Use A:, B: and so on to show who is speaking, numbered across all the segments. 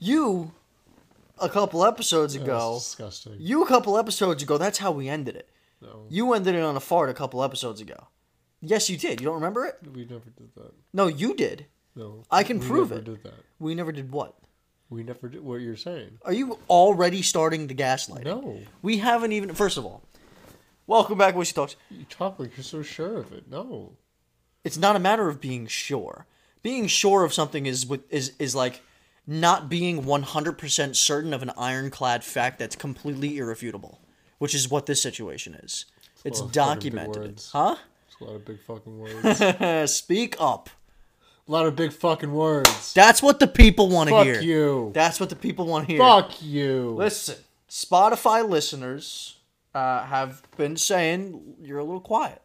A: You, a couple episodes ago,
B: That's disgusting.
A: you a couple episodes ago, that's how we ended it.
B: no,
A: You ended it on a fart a couple episodes ago. Yes, you did. You don't remember it?
B: we never did that.
A: No, you did.
B: No,
A: I can
B: we
A: prove
B: never
A: it.
B: Did that?
A: We never did what?
B: We never did what you're saying.
A: Are you already starting the gaslighting?
B: No,
A: We haven't even. First of all, welcome back, Wishy Talks.
B: you talk like you're so sure of it. No,
A: It's not a matter of being sure. Being sure of something is with is is like not being one hundred percent certain of an ironclad fact that's completely irrefutable, which is what this situation is. It's
B: a lot of fucking big
A: documented,
B: words.
A: huh?
B: it's a lot of big fucking words. a
A: Speak up.
B: lot of big fucking words.
A: That's what the people want to
B: Fuck
A: hear.
B: you.
A: That's what the people want to hear.
B: Fuck you.
A: Listen, Spotify listeners uh, have been saying you're a little quiet.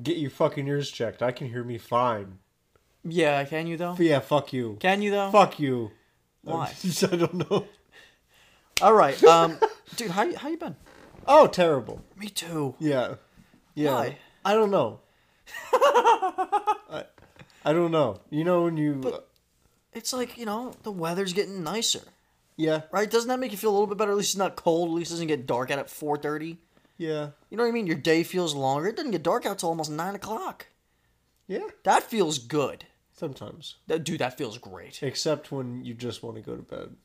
B: Get your fucking ears checked. I can hear me fine.
A: Yeah, can you though?
B: But yeah, fuck you.
A: Can you though?
B: Fuck you.
A: Why?
B: I don't know.
A: All right, um, dude, how you- how you been?
B: Oh, terrible.
A: Me too.
B: Yeah. Yeah.
A: Why?
B: I don't know. I, I don't know. You know when you
A: It's like you know the weather's getting nicer,
B: Yeah.
A: right? Doesn't that make you feel a little bit better? At least it's not cold. At least it doesn't get dark out at four thirty.
B: Yeah.
A: You know what I mean? Your day feels longer. It doesn't get dark out till almost nine o'clock.
B: Yeah.
A: That feels good.
B: Sometimes.
A: That, dude, that feels great.
B: Except when you just want to go to bed.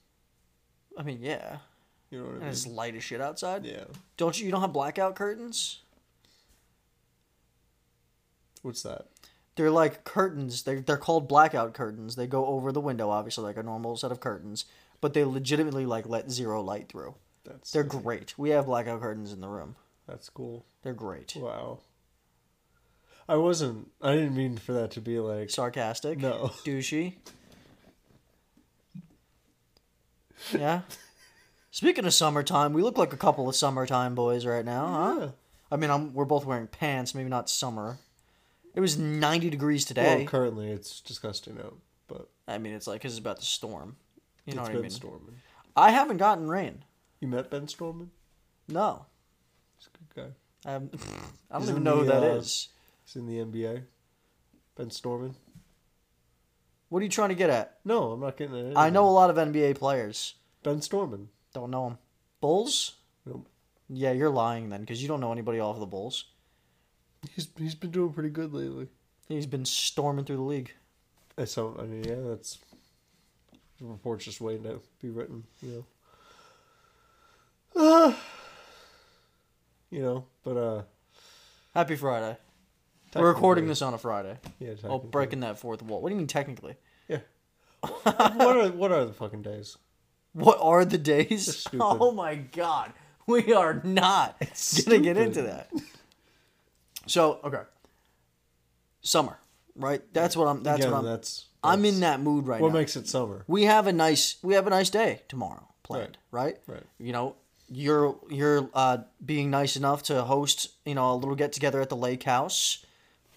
A: I mean, yeah,
B: You know what I
A: and
B: mean?
A: it's light as shit outside.
B: Yeah.
A: Don't you? You don't have blackout curtains?
B: What's that?
A: They're like curtains. They're they're called blackout curtains. They go over the window, obviously, like a normal set of curtains, but they legitimately like let zero light through.
B: That's
A: They're great. We have blackout curtains in the room.
B: that's cool.
A: They're great.
B: Wow. I wasn't I didn't mean for that to be like
A: Sarcastic.
B: No.
A: Douchey. Yeah. Speaking of summertime, we look like a couple of summertime boys right now, huh?
B: Yeah.
A: I mean, I'm, we're both wearing pants. Maybe not summer. It was 90 degrees today.
B: Well, currently it's disgusting out, but
A: I mean, it's like 'cause it's about to storm. You know
B: it's
A: what
B: Ben
A: I mean?
B: Storman.
A: I haven't gotten rain.
B: You met Ben Storman?
A: No.
B: He's a good guy.
A: I, haven't- I don't
B: He's
A: even
B: in
A: know who
B: the,
A: that is.
B: uh, He's in the NBA. Ben Storman.
A: What are you trying to get at?
B: No, I'm not getting it.
A: I know a lot of NBA players.
B: Ben Storman.
A: Don't know them. Bulls?
B: Nope.
A: Yeah, you're lying then because you don't know anybody off the Bulls.
B: He's he's been doing pretty good lately.
A: He's been storming through the league.
B: I So I mean, yeah, that's the report's just waiting to be written. You know. Ah. you know, but uh,
A: Happy Friday. We're recording
B: technically-
A: this on a Friday.
B: Yeah,
A: Oh,
B: technically.
A: breaking that fourth wall. What do you mean technically?
B: Yeah. what are what are the fucking days?
A: What are the days?
B: stupid.
A: Oh my god. We are not gonna get
B: stupid.
A: into that. So, okay. Summer, right? That's what I'm that's
B: Again,
A: what I'm
B: that's,
A: I'm in
B: that's
A: that mood right
B: What
A: now.
B: makes it summer?
A: we have a nice we have a nice day tomorrow planned, right?
B: Right.
A: You know, you're you're uh, being nice enough to host, you know, a little get together at the lake house.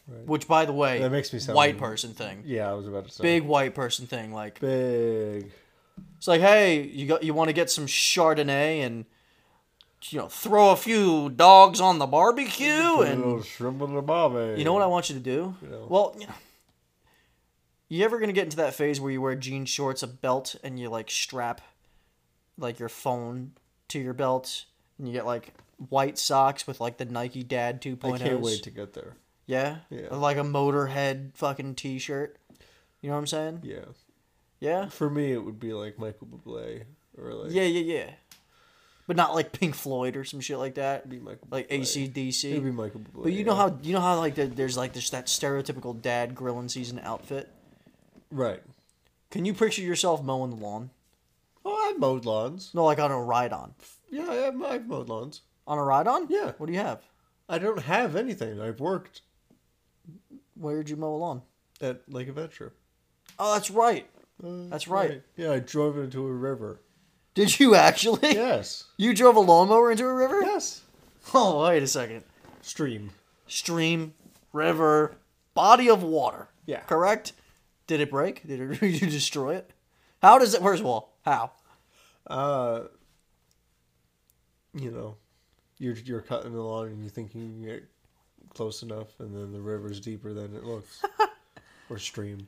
B: Right.
A: Which by the way,
B: That makes me sound-
A: white person thing.
B: Yeah, I was about to say
A: Big white person thing like
B: big.
A: it's like, "Hey, you got you want to get some Chardonnay and you know, throw a few dogs on the barbecue and
B: little shrimp on the barbie.
A: you know what I want you to do?
B: know.
A: Well, you, know, you ever gonna get into that phase where you wear jean shorts, a belt, and you like strap like your phone to your belt, and you get like white socks with like the Nike Dad 2.0s.
B: I can't wait to get there.
A: yeah?
B: Yeah.
A: Or, Like a Motorhead fucking T-shirt. You know what I'm saying?
B: Yeah.
A: Yeah.
B: For me, it would be like Michael Bublé or like
A: Yeah, yeah, yeah. But not like Pink Floyd or some shit like that.
B: it'd be Michael
A: Like
B: Bublé.
A: ACDC.
B: It'd be Michael Bublé.
A: But you know
B: yeah.
A: how you know how like there- there's like there's that stereotypical dad grilling season outfit.
B: right?
A: Can you picture yourself mowing the lawn?
B: Oh, I've mowed lawns.
A: No, like on a ride on.
B: Yeah, I have, I've mowed lawns.
A: On a ride on?
B: Yeah.
A: What do you have?
B: I don't have anything. I've worked
A: Where'd you mow a lawn?
B: at Lake Adventure.
A: Oh, that's right.
B: Uh,
A: That's right.
B: Yeah, I drove into a river.
A: Did you actually?
B: Yes.
A: You drove a lawnmower into a river?
B: yes.
A: Oh, wait a second.
B: Stream.
A: Stream, river, body of water.
B: Yeah.
A: Correct? Did it break? Did, it, did you destroy it? How does it, first of all, how?
B: Uh, you know, you're you're cutting along and you think you can get close enough, and then the river's deeper than it looks, or stream.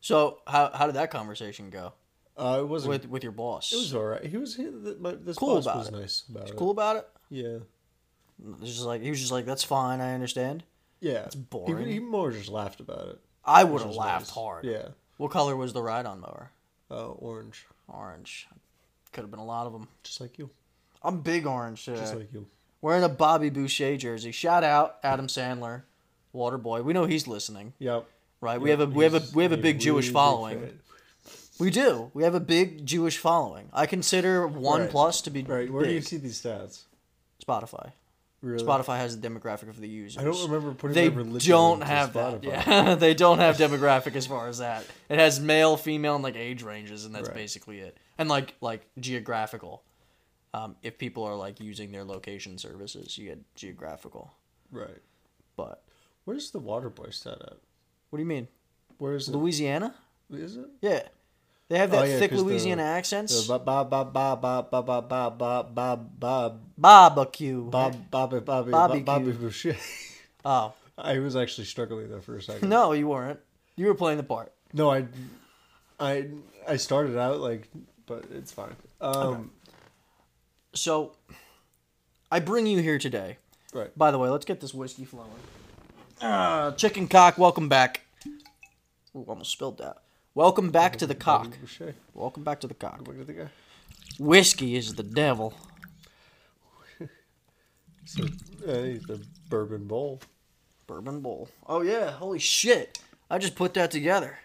A: So how how did that conversation go
B: Uh, it wasn't.
A: with with your boss?
B: it was all right. He was he, th- my, this
A: Cool
B: boss
A: about
B: was
A: it.
B: nice about it.
A: cool about it.
B: Yeah,
A: It was just like he was just like that's fine. I understand.
B: yeah. It's
A: boring.
B: He, he more just laughed about it.
A: I would
B: which
A: have
B: was
A: laughed
B: nice.
A: hard.
B: Yeah.
A: What color was the ride-on mower?
B: Uh, orange,
A: Orange. Could have been a lot of them.
B: just like you,
A: I'm big orange today.
B: just like you.
A: Wearing a Bobby Boucher jersey. Shout out Adam Sandler, Waterboy. We know he's listening,
B: Yep.
A: right? uh, we have a we have a
B: He's
A: we have a big Jewish
B: really
A: following.
B: fan.
A: We do. We have a big Jewish following. I consider one
B: Right.
A: plus to be
B: Right. Where do you
A: big.
B: see these stats?
A: Spotify.
B: Really?
A: Spotify has the demographic of the users.
B: I don't remember putting
A: They
B: my religion
A: don't
B: into
A: have
B: Spotify.
A: that. Yeah, they don't have demographic as far as that. It has male, female, and like age ranges, and that's
B: Right.
A: basically it. And like like geographical. Um, if people are like using their location services, you get geographical.
B: Right.
A: But
B: Where's the water boy stat at?
A: what do you mean,
B: Where is it?
A: Louisiana?
B: Is it?
A: Yeah, they have
B: Oh,
A: that
B: yeah,
A: thick
B: 'cause the-
A: Louisiana accents.
B: Bob Bob Bob Bob Bob Bob Bob Bob Bob Bob Bob
A: barbecue.
B: Bob Bobby Bobby
A: Barbecue.
B: Bob- Bobby Boucher.
A: oh
B: I was actually struggling there for a second.
A: no, you weren't. You were playing the part.
B: No, I, I, I started out like, but it's fine. Um,
A: So, I bring you here today.
B: right.
A: By the way, let's get this whiskey flowing. Ah, chicken cock, welcome back. Ooh, almost spilled that. Welcome back to the cock.
B: Bobby Boucher.
A: Welcome back to the cock.
B: Look at the guy.
A: Whiskey is the devil.
B: So, uh, he's the bourbon bowl.
A: Bourbon bowl. Oh yeah, holy shit! I just put that together.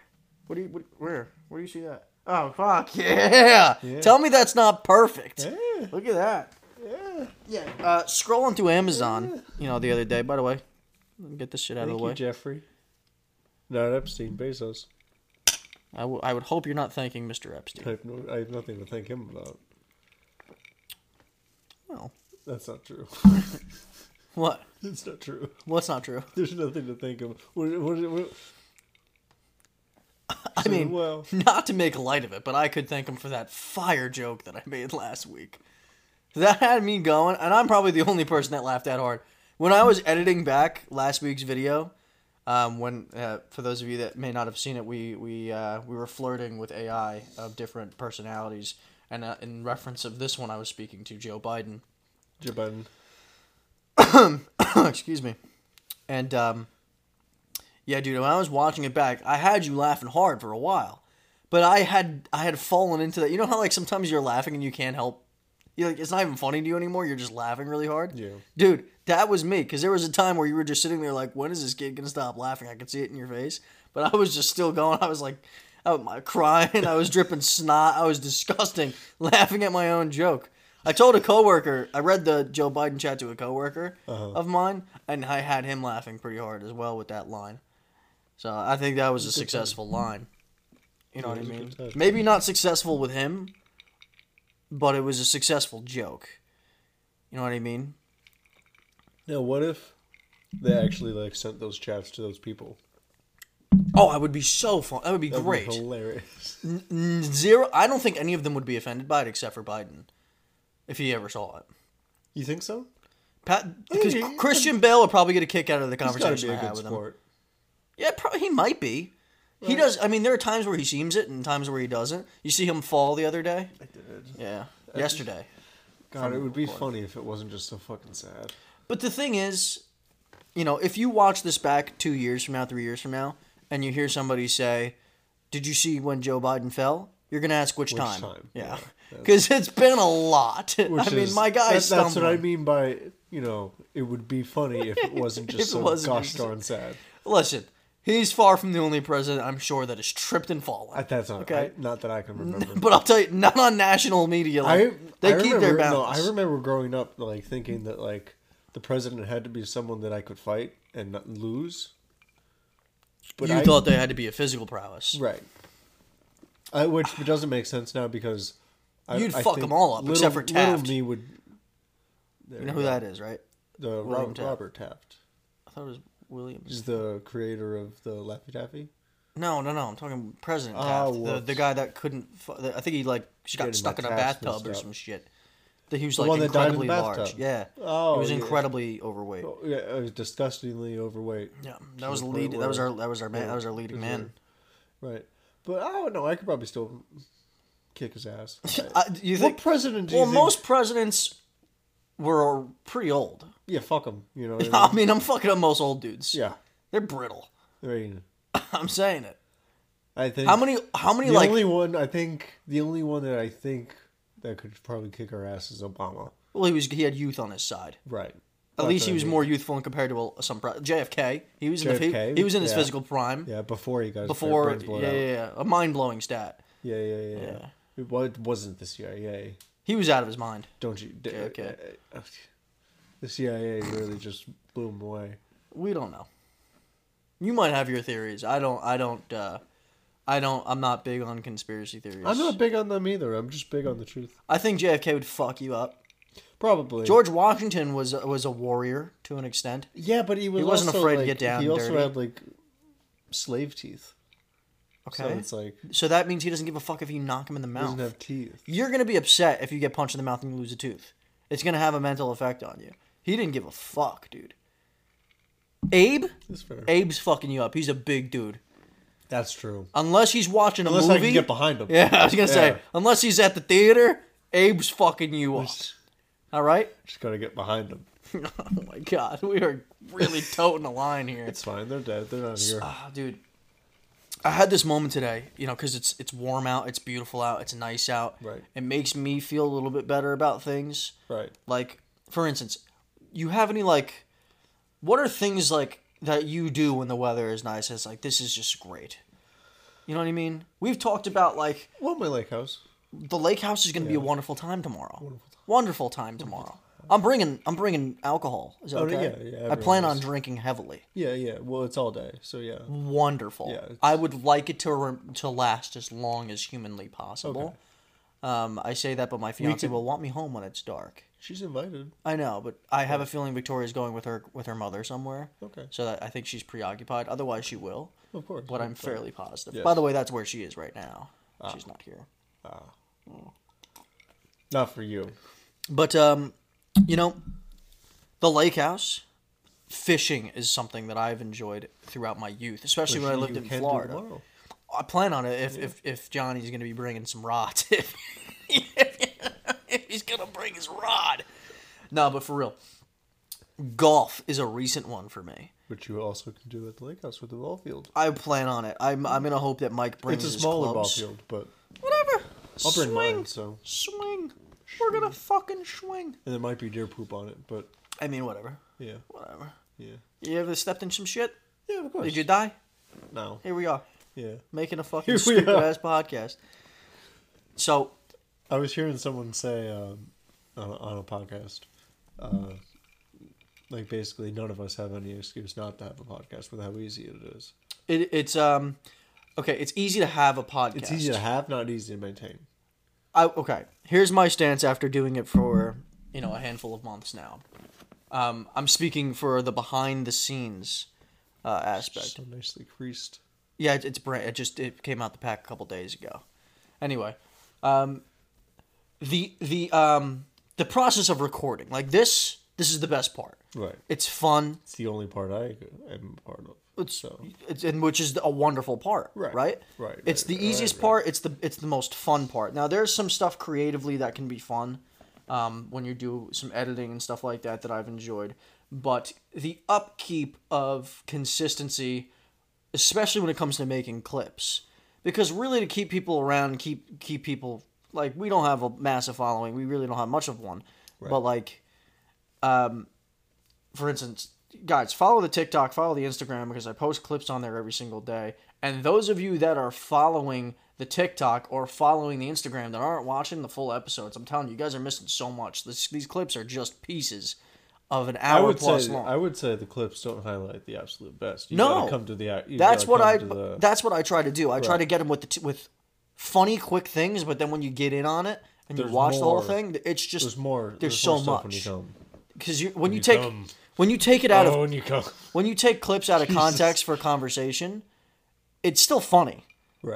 A: What do you? What, where? Where do you see that? Oh fuck yeah!
B: Yeah.
A: Tell me that's not perfect.
B: Yeah.
A: Look at that.
B: Yeah.
A: Yeah. Uh, scrolling through Amazon, you know, the other day. By the way, let me get this shit out of
B: Thank
A: the way.
B: you, Jeffrey. Not Epstein, Bezos.
A: I, w- I would hope you're not thanking Mr. Epstein.
B: I have, no, I have nothing to thank him about.
A: Well,
B: That's not true.
A: what?
B: That's not true.
A: What's not true?
B: There's nothing to think of. What, what, what,
A: I mean,
B: well,
A: not to make light of it, but I could thank him for that fire joke that I made last week. That had me going, and I'm probably the only person that laughed that hard. When I was editing back last week's video, um, when uh, for those of you that may not have seen it, we we uh, we were flirting with AI of different personalities, and uh, in reference of this one, I was speaking to Joe Biden.
B: Joe Biden.
A: excuse me. And um, yeah, dude, when I was watching it back, I had you laughing hard for a while, but I had I had fallen into that. You know how like sometimes you're laughing and you can't help. You like it's not even funny to you anymore. You're just laughing really hard.
B: Yeah.
A: dude, that was me because there was a time where you were just sitting there like, when is this kid gonna stop laughing? I could see it in your face, but I was just still going. I was like. I was crying. I was dripping snot. I was disgusting, laughing at my own joke. I told a coworker. I read the Joe Biden chat to a coworker of mine, and I had him laughing pretty hard as well with that line. So I think that was a successful line. You know what I
B: Yeah, it was a
A: mean?
B: good touch.
A: Maybe not successful with him, but it was a successful joke. You know what I mean?
B: Now, what if they actually like sent those chats to those people?
A: Oh, I would be so fun. That would be
B: That'd be
A: great.
B: hilarious.
A: N- Zero. I don't think any of them would be offended by it except for Biden, if he ever saw it.
B: You think so?
A: Pat, because
B: Yeah, he-
A: Christian Bale would probably get a kick out of the
B: He's got
A: conversation
B: to
A: I
B: be a
A: had
B: good
A: with him.
B: sport.
A: Yeah, probably he might be. He
B: Right.
A: does. I mean, there are times where he seems it and times where he doesn't. You see him fall the other day.
B: I did.
A: Yeah, yesterday.
B: God, it would be
A: Fun.
B: funny if it wasn't just so fucking sad.
A: But the thing is, you know, if you watch this back two years from now, three years from now, and you hear somebody say, "Did you see when Joe Biden fell?" You're gonna ask which, time.
B: time,
A: Yeah,
B: yeah.
A: because it's been a lot. I mean, my guy's
B: that-
A: stumbling.
B: That's what I mean by you know it would be funny if it wasn't
A: If
B: just
A: it
B: so
A: wasn't
B: gosh
A: just-
B: darn sad.
A: Listen, he's far from the only president I'm sure that has tripped and fallen.
B: I- That's not
A: Okay.
B: I- not that I can remember.
A: but I'll tell you, not on national media. Like,
B: I
A: they
B: I
A: keep
B: remember,
A: their
B: No,
A: balance.
B: I remember growing up like thinking that like the president had to be someone that I could fight and not lose. But
A: you
B: I,
A: thought they had to be a physical prowess.
B: right, I, which doesn't make sense now because I,
A: You'd
B: I
A: fuck
B: think
A: 'em all up,
B: little,
A: except for Taft.
B: Little me would.
A: You know who that is, right?
B: The
A: William
B: Robert
A: Taft.
B: Taft. Robert Taft.
A: I thought it was Williams.
B: He's the creator of the Laffy Taffy.
A: No, no, no. I'm talking President
B: Ah,
A: Taft, the,
B: whoops.
A: the guy that couldn't. fu- I think he like just got
B: Getting
A: stuck
B: my
A: in a
B: tabs
A: bathtub
B: mixed
A: or
B: up.
A: some shit. That he was
B: The
A: like
B: one that died in the
A: incredibly large.
B: bathtub.
A: Yeah.
B: Oh,
A: he was
B: yeah.
A: incredibly overweight.
B: Oh, yeah, I was disgustingly overweight.
A: Yeah,
B: To
A: that was
B: the
A: the
B: point
A: lead. That was
B: where-
A: our. That was our man. That was our leading
B: Is
A: man.
B: it- Right. But I don't know. I could probably still kick his ass.
A: Uh, you think?
B: what president do
A: well,
B: you think-
A: most presidents were pretty old.
B: Yeah, fuck him. You know. What I mean?
A: I mean, I'm fucking up most old dudes.
B: yeah.
A: they're brittle.
B: I mean,
A: I'm saying it.
B: I think
A: How many? How many
B: the
A: like?
B: only one I think the only one that I think that could probably kick our ass is Obama.
A: Well, he was he had youth on his side.
B: Right.
A: At
B: That's
A: least
B: what
A: he
B: I
A: was
B: mean.
A: more youthful compared to uh, some pre- JFK. He was in the, he,
B: JFK?
A: he was in his
B: Yeah.
A: physical prime
B: Yeah, before he got his
A: before.
B: brains
A: Yeah,
B: blown
A: yeah,
B: out.
A: yeah, a mind blowing stat.
B: Yeah, yeah, yeah. yeah. It wa- it wasn't the CIA.
A: He was out of his mind.
B: Don't you? d-
A: okay.
B: uh, uh, The CIA really just blew him away.
A: We don't know. You might have your theories. I don't. I don't. Uh, I don't. I'm not big on conspiracy theories.
B: I'm not big on them either. I'm just big on the truth.
A: I think JFK would fuck you up.
B: Probably.
A: George Washington was was a warrior to an extent.
B: Yeah, but he was
A: He wasn't
B: also,
A: afraid to
B: like-
A: get down
B: He also
A: dirty.
B: had like slave teeth.
A: Okay. Oh.
B: So it's like he
A: So that means he doesn't give a fuck if you knock him in the mouth.
B: doesn't have teeth.
A: You're gonna be upset if you get punched in the mouth and you lose a tooth. It's gonna have a mental effect on you. He didn't give a fuck, dude. Abe,
B: That's fair.
A: Abe's fucking you up. He's a big dude.
B: That's true.
A: Unless he's watching a
B: Unless
A: movie.
B: I can get behind him.
A: yeah, I was gonna say
B: Yeah.
A: unless he's at the theater, Abe's fucking you up.
B: Just,
A: All right.
B: just gotta get behind him.
A: oh my god, we are really toting the line here.
B: It's fine. They're dead. They're not here.
A: Ah, dude. I had this moment today, you know, because it's it's warm out, it's beautiful out, it's nice out.
B: Right.
A: It makes me feel a little bit better about things.
B: Right.
A: Like, for instance, you have any like, what are things like that you do when the weather is nice? It's like this is just great. You know what I mean? We've talked about like
B: Well, my lake house.
A: the lake house is going to be a wonderful time tomorrow. Wonderful time, tomorrow. I'm bringing I'm bringing alcohol. Is that
B: Oh, yeah,
A: okay?
B: yeah,
A: I
B: everyone
A: plan on
B: is.
A: drinking heavily
B: Yeah, yeah. Well, it's all day. So yeah.
A: wonderful.
B: Yeah, it's-
A: I would like it to rem- to last as long as humanly possible. Um, I say that, but my fiance
B: could-
A: will want me home when it's dark.
B: She's invited.
A: I know, but I have a feeling Victoria's going with her with her mother somewhere.
B: Okay.
A: So that I think she's preoccupied. Otherwise, she will.
B: Of course.
A: But I'm fairly positive.
B: Yes. Ah.
A: By the way, that's where she is right now. She's not here.
B: Not for you.
A: But um, you know, the lake house, fishing is something that I've enjoyed throughout my youth, especially when I
B: You
A: lived in
B: can do
A: Florida.
B: tomorrow.
A: I plan on it if if, if Johnny's gonna be bringing some rods. if he's gonna bring his rod. No, but for real, golf is a recent one for me.
B: Which you also can do at the lake house with the ball field.
A: I plan on it. I'm I'm gonna hope that Mike brings
B: It's a
A: his
B: smaller ball
A: clubs.
B: field, but
A: Whatever.
B: I'll bring
A: swing,
B: mine. So
A: Swing. We're gonna fucking swing.
B: and there might be deer poop on it, but
A: I mean, whatever.
B: yeah,
A: Whatever.
B: yeah,
A: You ever stepped in some shit?
B: yeah. Of course.
A: Did you die?
B: No.
A: Here we are,
B: Yeah.
A: making a
B: Here
A: fucking
B: we
A: stupid
B: are.
A: ass podcast. So
B: I was hearing someone say um, on, a- on a podcast, uh, like basically none of us have any excuse not to have a podcast with how easy it is.
A: It, it's um okay. It's easy to have a podcast.
B: It's easy to have, not easy to maintain.
A: I, okay, here's my stance after doing it for you know a handful of months now. Um, I'm speaking for the behind the scenes uh, aspect.
B: So nicely creased.
A: Yeah, it, it's brand. It just it came out the pack a couple days ago. Anyway, um, the the um the process of recording like this. This is the best part.
B: Right.
A: It's fun.
B: It's the only part I am a part of.
A: It's,
B: so
A: it's and which is a wonderful part, right?
B: Right,
A: Right.
B: right,
A: It's
B: right,
A: the
B: right,
A: easiest
B: right.
A: part. It's the it's the most fun part. Now there's some stuff creatively that can be fun, um, when you do some editing and stuff like that that I've enjoyed. But the upkeep of consistency, especially when it comes to making clips, because really to keep people around, and keep keep people like we don't have a massive following. We really don't have much of one, but like for instance, guys, follow the TikTok, follow the Instagram because I post clips on there every single day. And those of you that are following the TikTok or following the Instagram that aren't watching the full episodes, I'm telling you, you guys are missing so much. This, these clips are just pieces of an
B: I
A: hour
B: would
A: plus
B: say
A: long.
B: I would say the clips don't highlight the absolute best. You
A: No.
B: gotta come to the. act- you
A: that's
B: gotta
A: what
B: come
A: I
B: to the-
A: that's what I try to do. I try
B: Right.
A: to get them with the t- with funny quick things, but then when you get in on it and you
B: There's
A: watch the whole
B: more.
A: thing, it's just
B: there's more.
A: There's, so
B: more stuff when you
A: much
B: come.
A: because you, when you
B: you
A: take
B: come.
A: when you take it out of
B: Oh, when you come.
A: when you take clips out of context for conversation, it's still funny,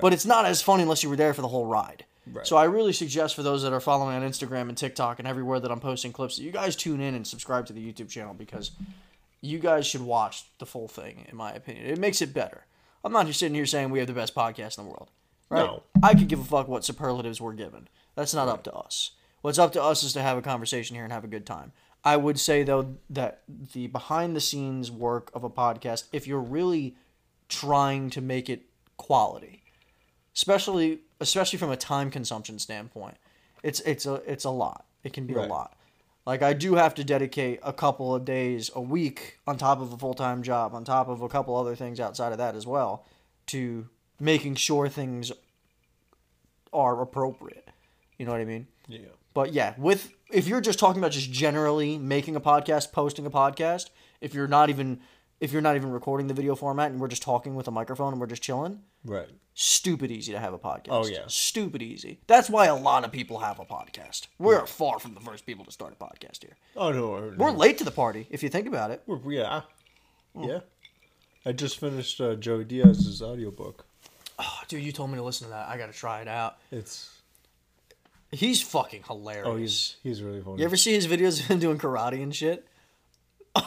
A: but it's not as funny unless you were there for the whole ride.
B: Right.
A: So I really suggest for those that are following on Instagram and TikTok and everywhere that I'm posting clips, that you guys tune in and subscribe to the YouTube channel because you guys should watch the full thing. In my opinion, it makes it better. I'm not just sitting here saying we have the best podcast in the world. Right?
B: No.
A: I could give a fuck what superlatives were given. That's not up to us. What's up to us is to have a conversation here and have a good time. I would say though that the behind the scenes work of a podcast, if you're really trying to make it quality, especially especially from a time consumption standpoint, it's it's a it's a lot. It can be
B: Right.
A: a lot. Like I do have to dedicate a couple of days a week on top of a full time job, on top of a couple other things outside of that as well, to making sure things are appropriate. You know what I mean?
B: Yeah.
A: But yeah, with if you're just talking about just generally making a podcast, posting a podcast, if you're not even if you're not even recording the video format and we're just talking with a microphone and we're just chilling,
B: Right.
A: stupid easy to have a podcast.
B: Oh, yeah.
A: Stupid easy. That's why a lot of people have a podcast. We're far from the first people to start a podcast here.
B: Oh no. Or,
A: We're late to the party if you think about it.
B: We're- yeah.
A: Hmm.
B: Yeah. I just finished uh, Joey Diaz's audiobook.
A: Oh, dude, you told me to listen to that. I got to try it out.
B: It's
A: He's fucking hilarious.
B: oh he's he's really funny.
A: You ever see his videos of him doing karate and shit?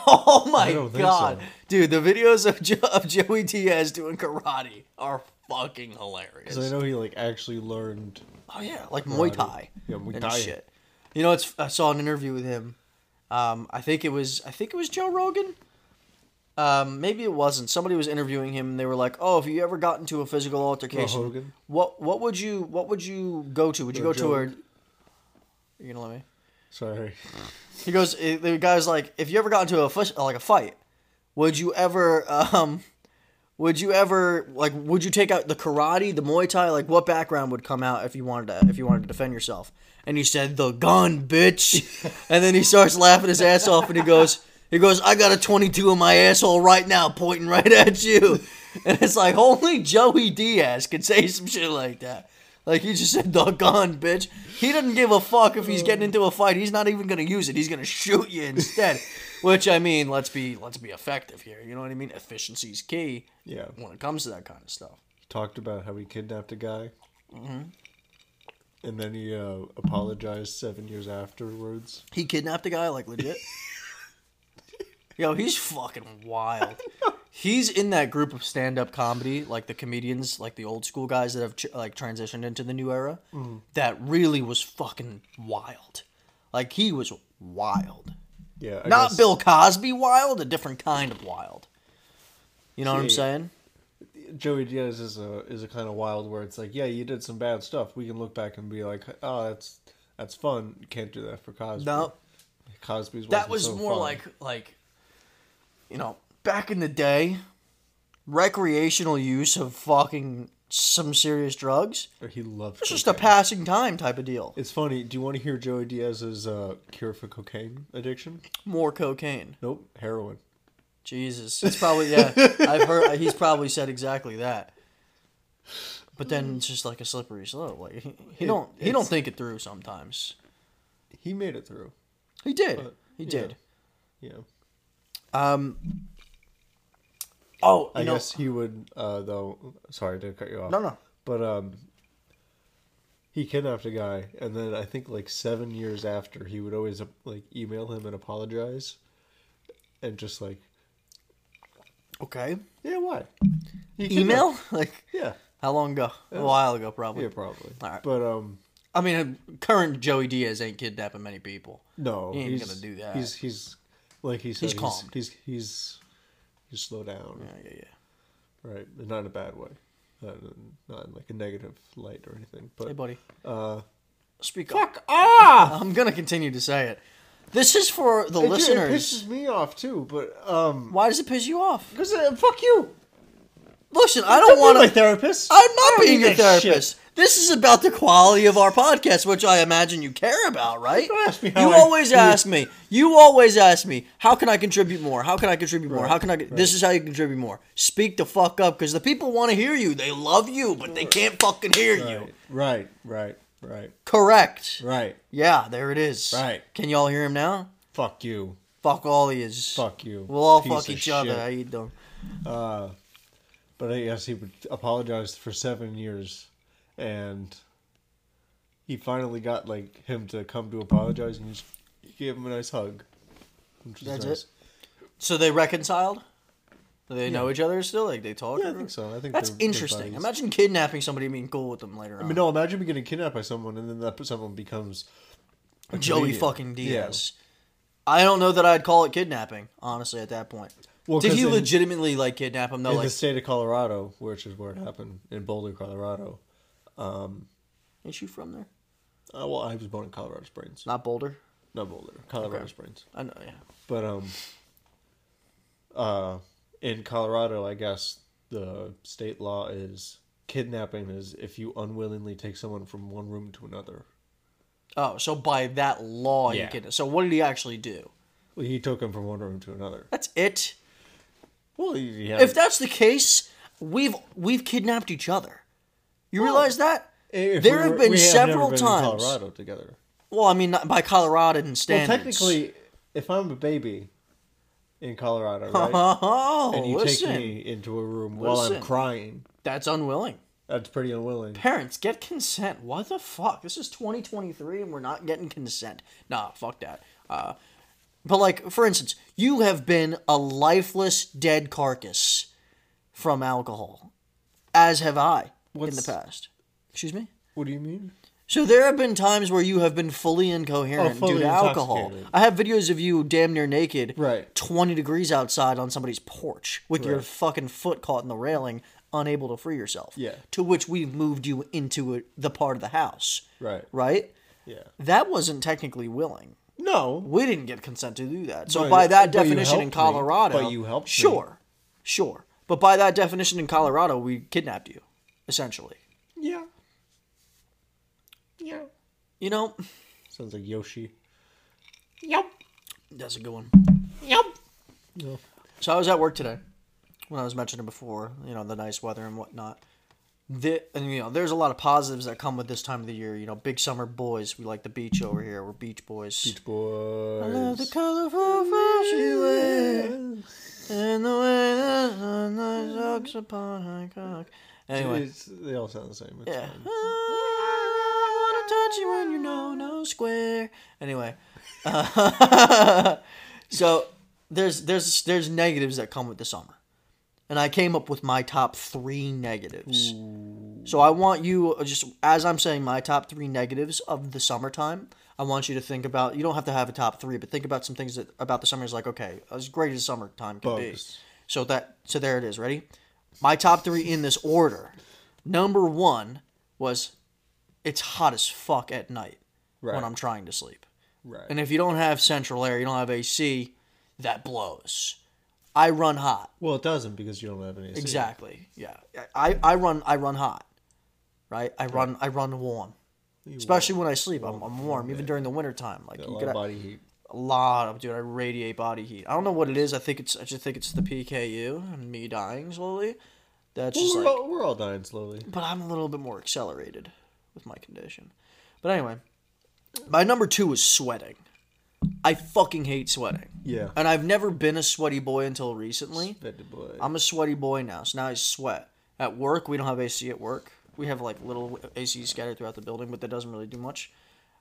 A: Oh my
B: don't think
A: god,
B: so.
A: dude! The videos of, jo- of Joey Diaz doing karate are fucking hilarious.
B: 'Cause I know he like actually learned.
A: Oh yeah, like Muay
B: Karate.
A: Thai.
B: Yeah, Muay
A: and
B: Thai.
A: shit. You know, it's I saw an interview with him. Um, I think it was I think it was Joe Rogan. Um, maybe it wasn't. Somebody was interviewing him, and they were like, "Oh, if you ever got into a physical altercation,
B: Hogan?
A: what what would you what would you go to? Would you
B: No
A: go to a?
B: joke.
A: You're gonna let me?
B: Sorry.
A: He goes, eh, the guy's like, if you ever got into a fish, like a fight, would you ever, um, would you ever like, would you take out the karate, the Muay Thai, like what background would come out if you wanted to, if you wanted to defend yourself? And he said, the gun, bitch. and then he starts laughing his ass off, and he goes, he goes, I got a 22 in my asshole right now, pointing right at you. And it's like only Joey Diaz could say some shit like that. Like he just said, "The gun, bitch." He doesn't give a fuck if he's getting into a fight. He's not even gonna use it. He's gonna shoot you instead. Which I mean, let's be let's be effective here. You know what I mean? Efficiency's key
B: Yeah.
A: when it comes to that kind of stuff.
B: talked about how he kidnapped a guy.
A: Mm-hmm.
B: And then he uh, apologized seven years afterwards.
A: He kidnapped a guy, like legit. Yo, he's fucking wild. He's in that group of stand-up comedy, like the comedians, like the old school guys that have tr- like transitioned into the new era.
B: Mm.
A: That really was fucking wild. Like he was wild.
B: Yeah, I
A: Not
B: guess-
A: Bill Cosby wild, a different kind of wild. You know what I'm
B: Yeah.
A: saying?
B: Joey Diaz is a is a kind of wild where it's like, yeah, you did some bad stuff. We can look back and be like, oh, that's that's fun. You can't do that for Cosby.
A: No.
B: Cosby's
A: That
B: wasn't
A: was
B: so
A: more
B: fun.
A: like like you know, back in the day, recreational use of fucking some serious drugs.
B: Or he loved.
A: It's just a passing time type of deal.
B: It's funny. Do you want to hear Joey Diaz's uh, cure for cocaine addiction?
A: More cocaine.
B: Nope, heroin.
A: Jesus. It's probably yeah. I've heard he's probably said exactly that. But then it's just like a slippery slope. Like he, he
B: It-
A: don't he
B: it's-
A: don't think it through sometimes.
B: He made it through.
A: He did.
B: But,
A: he
B: yeah.
A: did.
B: Yeah.
A: Um. Oh, you
B: I
A: know,
B: guess he would, uh, though. Sorry to cut you off.
A: No, no.
B: But um, he kidnapped a guy, and then I think like seven years after, he would always uh, like email him and apologize, and just like,
A: okay.
B: yeah, why? He kidnapped-
A: Email? Like
B: Yeah,
A: how long ago? A while ago, probably.
B: yeah, probably.
A: Alright.
B: But um,
A: I mean, uh, current Joey Diaz ain't kidnapping many people.
B: no,
A: He ain't
B: he's
A: gonna do that.
B: He's he's like he said, he's
A: calm.
B: He's he's he's, he's slow down,
A: Yeah, yeah, yeah.
B: right? And not in a bad way, not in, not in like a negative light or anything. But
A: Hey, Uh, buddy.
B: uh,
A: Speak up.
B: fuck off.
A: I'm gonna continue to say it. This is for the
B: It ju-
A: listeners.
B: It pisses me off too, but um,
A: Why does it piss you off?
B: because uh, fuck you.
A: Listen, I
B: Don't
A: don't
B: be
A: want
B: my
A: to.
B: therapist.
A: I'm
B: I
A: not
B: don't
A: being
B: need
A: a
B: that shit.
A: therapist. This is about the quality of our podcast, which I imagine you care about, right?
B: Don't ask me how
A: you
B: I
A: always
B: feel.
A: ask me. You always ask me, how can I contribute more? How can I contribute more?
B: Right,
A: How can I? This is how you contribute more. Speak the fuck up, because the people want to hear you. They love you, but they can't fucking hear you.
B: Right, right, right,
A: Correct.
B: right.
A: Yeah, there it is.
B: Right.
A: Can y'all hear him now?
B: Fuck you.
A: Fuck all he is.
B: Fuck you.
A: We'll all
B: Piece
A: fuck
B: of
A: each other.
B: shit.
A: How you doing?
B: But I guess he would apologize for seven years, and he finally got like him to come to apologize, and he, just, he gave him a nice hug. Which is
A: That's
B: nice.
A: it? So they reconciled. Do they know each other still? Like they talk?
B: Yeah, I think so. I think
A: That's
B: they're- they're
A: interesting.
B: buddies.
A: Imagine kidnapping somebody and being cool with them later on.
B: I mean, no, imagine me getting kidnapped by someone and then that someone becomes a
A: Joey
B: comedian.
A: fucking
B: Yeah.
A: Diaz. I don't know that I'd call it kidnapping, honestly, at that point.
B: Well,
A: Did
B: 'cause
A: he
B: in-
A: legitimately like kidnap him though?
B: in
A: Like
B: the state of Colorado, which is where it happened in Boulder, Colorado.
A: is you from there?
B: Uh, well, I was born in Colorado Springs,
A: Not Boulder.
B: not Boulder, Colorado
A: Okay.
B: Springs.
A: I know, yeah.
B: But um, uh, in Colorado, I guess the state law is kidnapping is if you unwillingly take someone from one room to another.
A: Oh, so by that law you
B: Yeah.
A: kidnap. So what did he actually do?
B: Well, he took him from one room to another.
A: That's it.
B: Well, he had,
A: If that's the case, we've we've kidnapped each other. You
B: Oh.
A: realize that?
B: if
A: there have been
B: we
A: several
B: never been in
A: times-
B: Colorado together.
A: Well, I mean, not by Colorado and
B: Well,
A: standards.
B: technically, if I'm a baby in Colorado, right,
A: oh,
B: and you
A: listen,
B: take me into a room while I'm
A: Listen.
B: crying,
A: that's unwilling.
B: that's pretty unwilling.
A: Parents, get consent. What the fuck? This is 2023 and we're not getting consent. Nah, fuck that. Uh, but, like, for instance, you have been a lifeless, dead carcass from alcohol, as have I in
B: What's-
A: the past. Excuse me?
B: What do you mean?
A: So there have been times where you have been fully incoherent
B: Oh, fully
A: due to alcohol.
B: intoxicated.
A: I have videos of you damn near naked,
B: Right.
A: 20 degrees outside on somebody's porch with your fucking foot caught in the railing, unable to free yourself.
B: Yeah.
A: To which we've moved you into a, the part of the house.
B: Right.
A: Right?
B: Yeah.
A: That wasn't technically willing.
B: No.
A: We didn't get consent to do that. So
B: But-
A: by that
B: but you
A: definition in
B: helped me.
A: Colorado,
B: But you helped me.
A: Sure. Sure. But by that definition in Colorado, we kidnapped you, essentially.
B: Yeah. Yeah.
A: You know,
B: Sounds like Yoshi.
C: Yup.
A: that's a good one.
C: Yup.
A: So I was at work today when I was mentioning before, you know, the nice weather and whatnot. The, and you know, there's a lot of positives that come with this time of the year. You know, big summer boys. We like the beach over here. We're beach boys.
B: Beach Boys.
A: I love the colorful fringe she wears and the way the sunlight sucks upon her cock. Anyway,
B: It's- they all sound the same. It's
A: yeah.
B: fine.
A: I wanna touch you when you're no no square. Anyway, so there's there's there's negatives that come with the summer, and I came up with my top three negatives. So I want you just as I'm saying my top three negatives of the summertime. I want you to think about. You don't have to have a top three, but think about some things that about the summer is like okay, as great as summertime can
B: Bugs.
A: be. So that so there it is. Ready? My top three in this order. Number one was it's hot as fuck at night
B: Right.
A: when I'm trying to sleep.
B: Right.
A: And if you don't have central air, you don't have AC, that blows. I run hot.
B: well, it doesn't because you don't have any. AC.
A: Exactly. Yeah. I, I run I run hot. Right? I run I run warm. Especially when I sleep, I'm, I'm warm even during the winter time. Like
B: A
A: you
B: lot
A: get
B: of
A: a,
B: body heat.
A: a lot of dude. I radiate body heat. I don't know what it is. I think it's I just think it's the PKU and me dying slowly. That's just
B: we're,
A: like
B: all, we're all dying slowly.
A: but I'm a little bit more accelerated with my condition. But anyway, my number two is sweating. I fucking hate sweating.
B: Yeah.
A: And I've never been a sweaty boy until recently.
B: Bed boy.
A: I'm a sweaty boy now, so now I sweat. At work, we don't have AC at work. We have like little AC scattered throughout the building, but that doesn't really do much.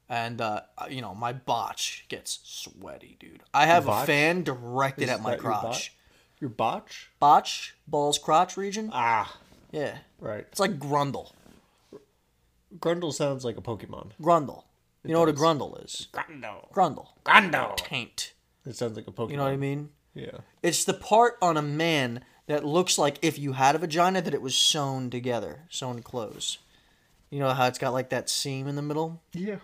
A: And uh, you know, my botch gets sweaty, dude. I have a
B: botch?
A: fan directed
B: Is
A: at my
B: that your bot-
A: crotch.
B: Your botch?
A: Botch, balls, crotch region.
B: Ah.
A: Yeah,
B: Right.
A: it's like grundle.
B: Grundle sounds like a Pokemon.
A: Grundle. You know what a grundle is?
C: Grando.
A: Grundle.
C: Grando.
A: Taint.
B: It sounds like a Pokemon.
A: You know what I mean?
B: Yeah.
A: It's the part on a man that looks like if you had a vagina that it was sewn together, sewn close. You know how it's got like that seam in the middle?
B: Yeah.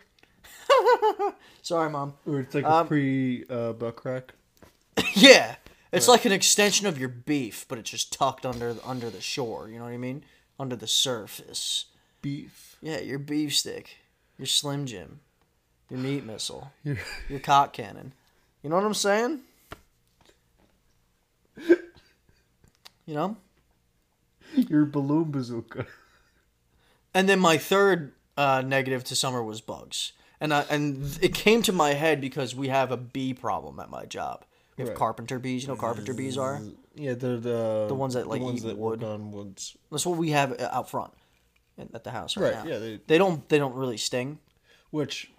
A: Sorry, mom.
B: Or it's like a
A: Um,
B: pre uh, buck crack.
A: yeah. It's like an extension of your beef, but it's just tucked under under the shore, you know what I mean? Under the surface.
B: Beef.
A: Yeah, your beef stick, your slim jim, your meat missile, your cock cannon. You know what I'm saying? You know?
B: Your balloon bazooka.
A: And then my third uh, negative to summer was bugs, and I, and it came to my head because we have a bee problem at my job. We have
B: Right.
A: carpenter bees. You know, what carpenter bees are.
B: Yeah, they're the
A: The ones that, like,
B: the ones
A: eat
B: that
A: wood.
B: work on woods.
A: That's what we have uh, out front in- at the house right,
B: Right,
A: now.
B: yeah, they-
A: they don't they don't really sting.
B: Which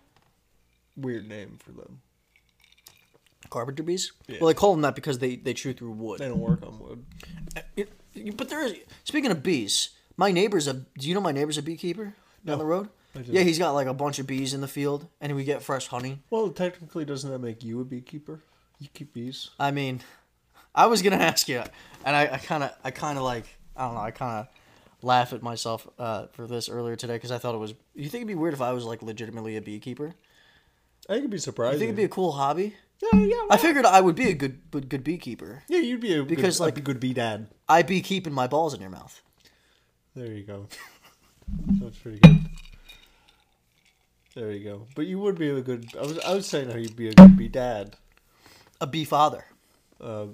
B: weird name for them.
A: Carpenter bees?
B: Yeah.
A: Well, they call them that because they, they chew through wood.
B: They don't work on wood.
A: It- it- Uh, but there is. Speaking of bees, my neighbor's a. Do you know my neighbor's a beekeeper down the road?
B: didn't.
A: Yeah, he's got like a bunch of bees in the field, and we get fresh honey.
B: Well, technically, doesn't that make you a beekeeper? You keep bees.
A: I mean, I was gonna ask you, and I kind of, I kind of like, I don't know, I kind of laugh at myself uh, for this earlier today because I thought it was. You think it'd be weird if I was like legitimately a beekeeper?
B: I think it'd be
A: You
B: surprising.
A: think it'd be a cool hobby?
B: yeah,
A: I
B: yeah,
A: figured I would be a good, but good beekeeper.
B: yeah. You'd be a
A: Because,
B: good,
A: like-
B: a good bee dad.
A: I be keeping my balls in your mouth.
B: There you go. That's pretty good. There you go. But you would be a good. I was. I was saying how you'd be a good bee dad.
A: A bee father.
B: Uh,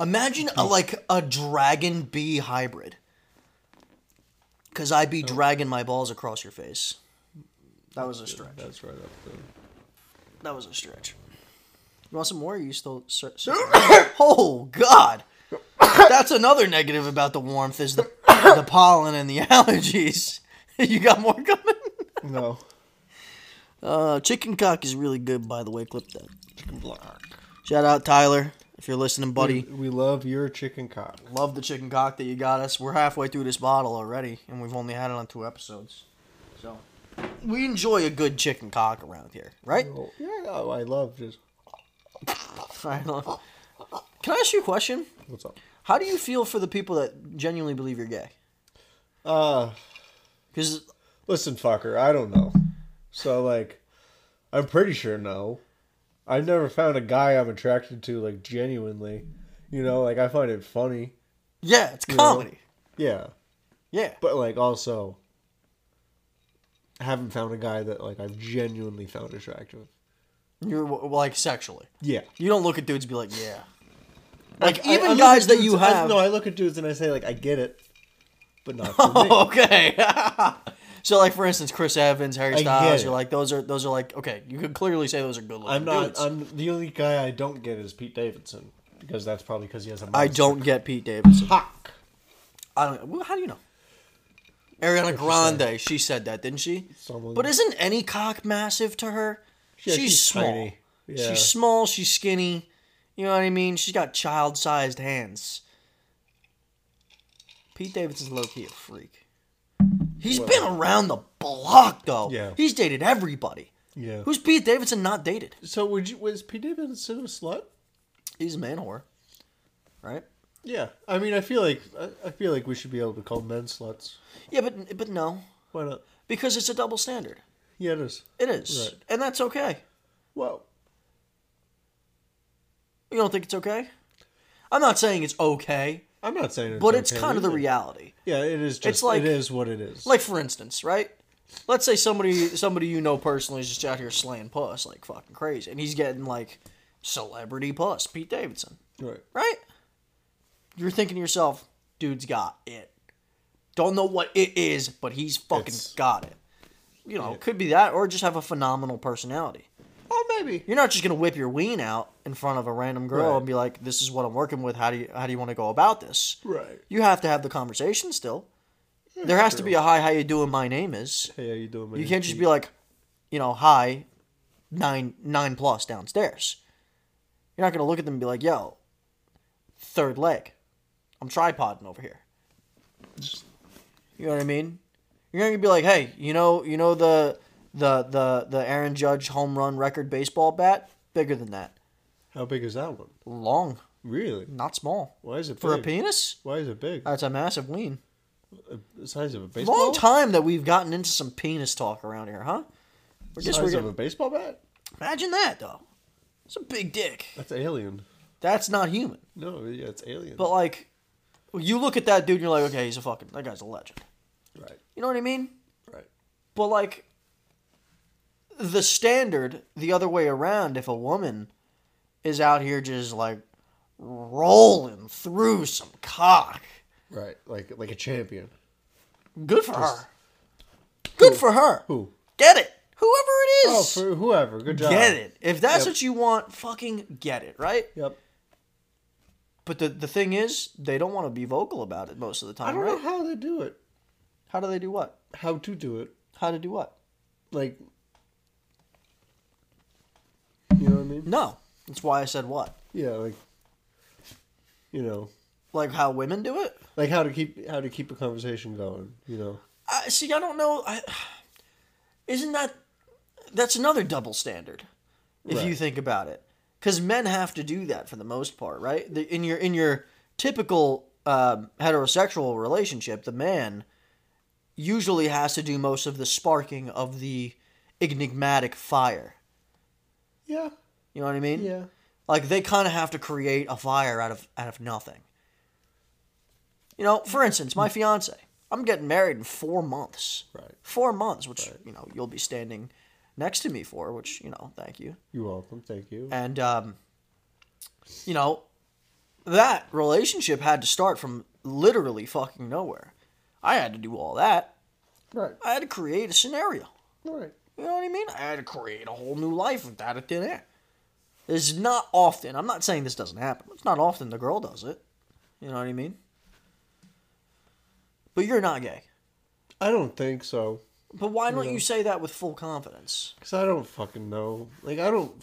A: Imagine a, like a dragon bee hybrid. Cause I be dragging my balls across your face. That was a stretch.
B: that's right up there.
A: That was a stretch. You want some more? Or you still? Ser- ser- oh God! That's another negative about the warmth is the the pollen and the allergies. you got more coming?
B: No.
A: Uh, chicken cock is really good, by the way. Clip that.
B: Chicken block.
A: Shout out Tyler if you're listening,
B: We,
A: buddy.
B: we love your chicken cock.
A: Love the chicken cock that you got us. We're halfway through this bottle already, and we've only had it on two episodes. So we enjoy a good chicken cock around here, right?
B: Oh, yeah. Oh, I love just.
A: I don't know. Can I ask you a question?
B: What's up?
A: How do you feel for the people that genuinely believe you're gay?
B: Uh,
A: Because
B: Listen, fucker, I don't know. So like, I'm pretty sure no. I've never found a guy I'm attracted to like genuinely. You know, like I find it funny.
A: yeah, it's comedy.
B: Yeah,
A: Yeah,
B: but like also, I haven't found a guy that like I've genuinely found attractive.
A: you're w- like sexually.
B: Yeah.
A: You don't look at dudes and be like, yeah. Like
B: I- I
A: even
B: look
A: guys
B: at
A: that
B: dudes-
A: you
B: I,
A: have.
B: no, I look at dudes and I say like I get it, but not for me.
A: Oh, okay. so like for instance, Chris Evans, Harry
B: I get
A: Styles,
B: it.
A: you're like those are those are like okay, you could clearly say those are good looking.
B: I'm not.
A: Dudes.
B: I'm the only guy I don't get is Pete Davidson because that's probably because he has a.
A: I
B: monster
A: don't get Pete Davidson.
B: cock.
A: I don't. Well, how do you know? Ariana Grande, she said that, didn't she?
B: Someone-
A: But isn't any cock massive to her?
B: Yeah,
A: she's, small.
B: tiny. Yeah.
A: She's small. She's skinny. You know what I mean? She's got child-sized hands. Pete Davidson's low-key a freak. He's been around the block though.
B: Yeah.
A: He's dated everybody.
B: Yeah.
A: Who's Pete Davidson not dated?
B: So would you was Pete Davidson a slut?
A: He's a man whore, right?
B: Yeah, I mean, I feel like I, I feel like we should be able to call men sluts.
A: Yeah, but but no,
B: Why not?
A: because it's a double standard.
B: Yeah, it is.
A: It is,
B: Right.
A: and that's okay.
B: Well,
A: You don't think it's okay? I'm not saying it's okay,
B: I'm not saying, it's
A: but it's
B: okay
A: kind of the
B: either.
A: reality.
B: Yeah, it is. Just, it's
A: like-
B: like it is what it is.
A: Like for instance, right? Let's say somebody somebody you know personally is just out here slaying puss like fucking crazy, and he's getting like celebrity puss, Pete Davidson,
B: right?
A: right? You're thinking to yourself, dude's got it. Don't know what it is, but he's fucking
B: It's-
A: got it. You know, could be that, or just have a phenomenal personality.
B: Oh, maybe.
A: You're not just gonna whip your ween out in front of a random girl
B: Right.
A: and be like, "This is what I'm working with. How do you how do you want to go about this?"
B: Right.
A: You have to have the conversation still. there has to be a hi, how you doing? My name is.
B: Hey, how you doing? Man?
A: You can't just be like, you know, hi, nine nine plus downstairs. You're not gonna look at them and be like, "Yo, third leg, I'm tripoding over here." You know what I mean? You're not gonna be like, "Hey, you know, you know the the the the Aaron Judge home run record baseball bat bigger than that,
B: How big is that one?
A: long,
B: Really?
A: not small
B: Why is it
A: for a
B: big?
A: penis."
B: Why is it big?
A: That's a massive lean.
B: the size of a baseball.
A: Long time that we've gotten into some penis talk around here, huh? We're
B: Size
A: just, we're
B: of
A: gonna,
B: a baseball bat.
A: imagine that though. It's a big dick.
B: That's alien.
A: That's not human.
B: No, yeah, it's alien.
A: But like, you look at that dude, and you're like, okay, he's a fucking that guy's a legend.
B: right,
A: You know what I mean?
B: right.
A: But like, the standard the other way around. If a woman is out here just like rolling through some cock,
B: Right, like like a champion.
A: good for her. Good for her.
B: Who?
A: Get it. Whoever it is.
B: Oh, for whoever. Good job.
A: get it. If that's
B: Yep.
A: what you want, fucking get it, right?
B: Yep.
A: But the, the thing is, they don't want to be vocal about it most of the time,
B: I don't
A: right?
B: know how they do it.
A: How do they do what?
B: How to do it.
A: How to do what?
B: Like, you know what I mean?
A: No, that's why I said what.
B: Yeah, like you know,
A: Like how women do it.
B: like how to keep how to keep a conversation going. You know,
A: I see. I don't know. I, isn't that that's another double standard if you
B: Right.
A: think about it? Because men have to do that for the most part, right? The, in your in your typical um, heterosexual relationship, the man usually has to do most of the sparking of the enigmatic fire.
B: yeah,
A: You know what I mean?
B: yeah,
A: Like they kind of have to create a fire out of out of nothing. You know, for instance, my fiance. I'm getting married in four months.
B: Right.
A: Four months, which you know you'll be standing next to me for, which you know, thank you.
B: you're welcome. Thank you.
A: And um, you know, that relationship had to start from literally fucking nowhere. I had to do all that.
B: Right,
A: I had to create a scenario.
B: right.
A: You know what I mean? I had to create a whole new life with that at thin air. It's not often. I'm not saying this doesn't happen. It's not often the girl does it. You know what I mean? But you're not gay.
B: I don't think so,
A: But why don't
B: No.
A: you say that with full confidence?
B: cause I don't fucking know. Like I don't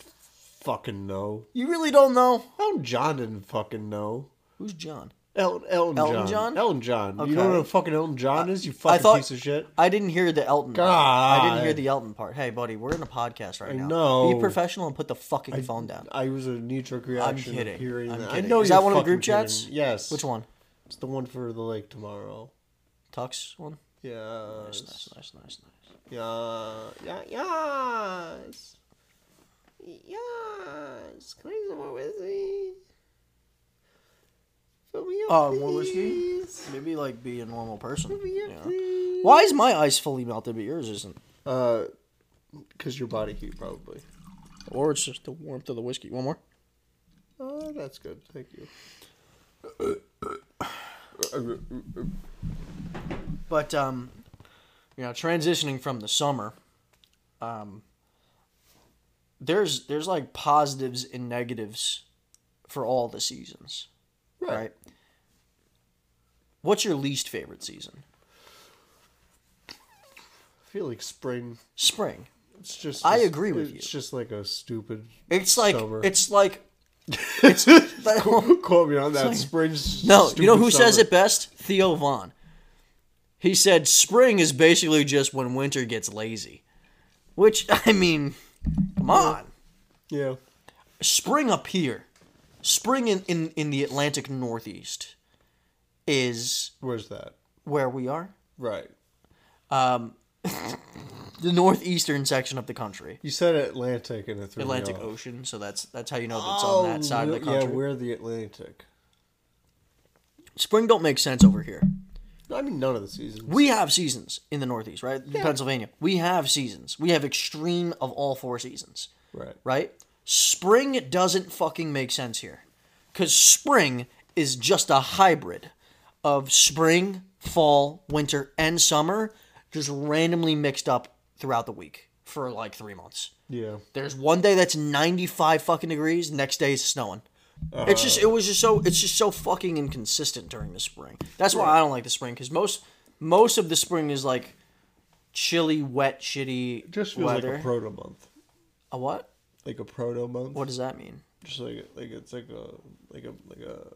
B: fucking know.
A: You really don't know
B: Elton John didn't fucking know.
A: who's John.
B: Elton, Elton,
A: Elton
B: John.
A: John?
B: Elton John.
A: Okay.
B: You don't know what fucking Elton John is? You
A: I
B: fucking
A: thought-
B: piece of shit.
A: I didn't hear the Elton. part. I didn't hear
B: God.
A: the Elton part. Hey, buddy, we're in a podcast right
B: I
A: now.
B: know.
A: Be professional and put the fucking phone down.
B: I was a knee jerk reaction.
A: kidding.
B: Of hearing
A: I'm
B: that. I
A: kidding.
B: know
A: Is
B: you're
A: that one of the
B: fucking
A: group chats?
B: kidding. Yes.
A: Which one?
B: It's the one for the lake tomorrow.
A: Tux one.
B: Yeah.
A: Nice, nice, nice, nice, nice.
B: Yeah. Yeah. Yes. Yes. Can I get some more whiskey? Fill me up,
A: Oh, more whiskey?
B: please.
A: Maybe like be a normal person.
B: Fill me up,
A: you know?
B: please.
A: Why is my ice fully melted but yours isn't?
B: Uh, cause your body heat probably.
A: Or it's just the warmth of the whiskey. One more.
B: Oh, that's good. Thank you.
A: But um, you know, transitioning from the summer, um, there's there's like positives and negatives for all the seasons, right? What's your least favorite season?
B: I feel like spring.
A: Spring.
B: It's just.
A: I agree with
B: it's
A: you.
B: It's just like a stupid.
A: It's like
B: Summer.
A: it's like
B: Quote me on that. Spring's
A: no. You
B: stupid
A: know who says
B: summer.
A: it best? Theo Vaughn. He said spring is basically just when winter gets lazy, which I mean, come on.
B: Yeah.
A: spring up here, spring in, in, in the Atlantic Northeast is
B: Where's that?
A: where we are.
B: Right.
A: The northeastern section of the country.
B: You said Atlantic and it threw me
A: Atlantic
B: off.
A: Ocean, so that's that's how you know that it's
B: Oh,
A: on that side of the
B: yeah,
A: country.
B: we're the Atlantic.
A: spring don't make sense over here.
B: I mean, none of the seasons.
A: We have seasons in the northeast, right? Pennsylvania. We have seasons. We have extreme of all four seasons.
B: right.
A: right? Spring doesn't fucking make sense here. Because spring is just a hybrid of spring, fall, winter, and summer just randomly mixed up throughout the week for like three months.
B: Yeah.
A: There's one day that's 95 fucking degrees, next day it's snowing. it's just it was just so it's just so fucking inconsistent during the spring. That's why I don't like the spring cuz most most of the spring is like chilly, wet, shitty
B: Just feels
A: weather.
B: like a proto month.
A: a what?
B: Like a proto month.
A: What does that mean?
B: Just like like it's like a like a like a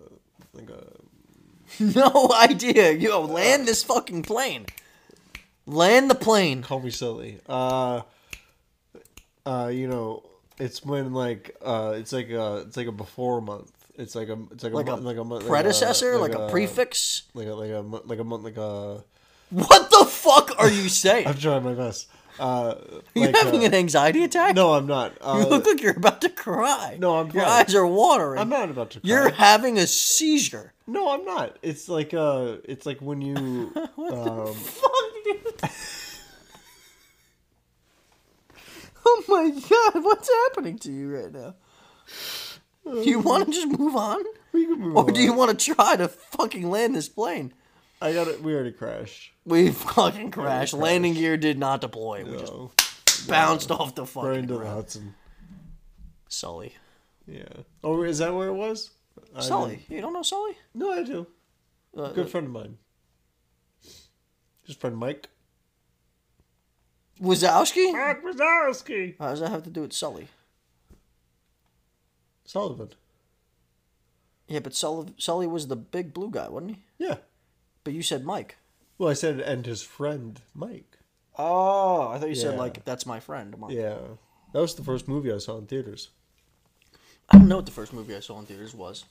B: like a
A: No idea. Yo, land this fucking plane. Land the plane.
B: call me silly. Uh, uh, you know, it's when like uh, it's like a it's like a before month. It's like a it's like a
A: Like a
B: month, like a month,
A: predecessor, like,
B: uh,
A: a, prefix.
B: like a like a mo- like a month, like a.
A: What the fuck are you saying?
B: I'm trying my best. Uh,
A: you
B: like,
A: having
B: uh,
A: an anxiety attack?
B: No, I'm not.
A: You
B: Uh,
A: look like you're about to cry.
B: No, I'm
A: Your
B: fine.
A: eyes are watering.
B: I'm not about to. Cry.
A: You're having a seizure.
B: no, I'm not. It's like uh, it's like when you. um,
A: Fuck, dude. oh my god, what's happening to you right now? Do you want to just move on?
B: Um, we can move
A: Or do
B: on.
A: you want to try to fucking land this plane?
B: I got it. We already crashed.
A: We fucking crashed. Landing gear did not deploy. We just
B: So
A: bounced off the
B: Brian
A: fucking
B: to Uh, the
A: ground.
B: Hudson.
A: Sully.
B: Yeah. Oh, is that where it was? I didn't-
A: Sully. You don't know Sully?
B: No, I do.
A: Uh,
B: Good friend of mine. His friend Mike.
A: Wazowski?
B: Mike Wazowski.
A: How does that have to do with Sully?
B: Sullivan.
A: Yeah, but Sully, Sully was the big blue guy, wasn't he?
B: Yeah.
A: But you said Mike.
B: Well, I said, and his friend Mike.
A: Oh, I thought you said
B: Yeah.
A: like that's my friend. I'm like,
B: Yeah, that was the first movie I saw in theaters.
A: I don't know what the first movie I saw in theaters was.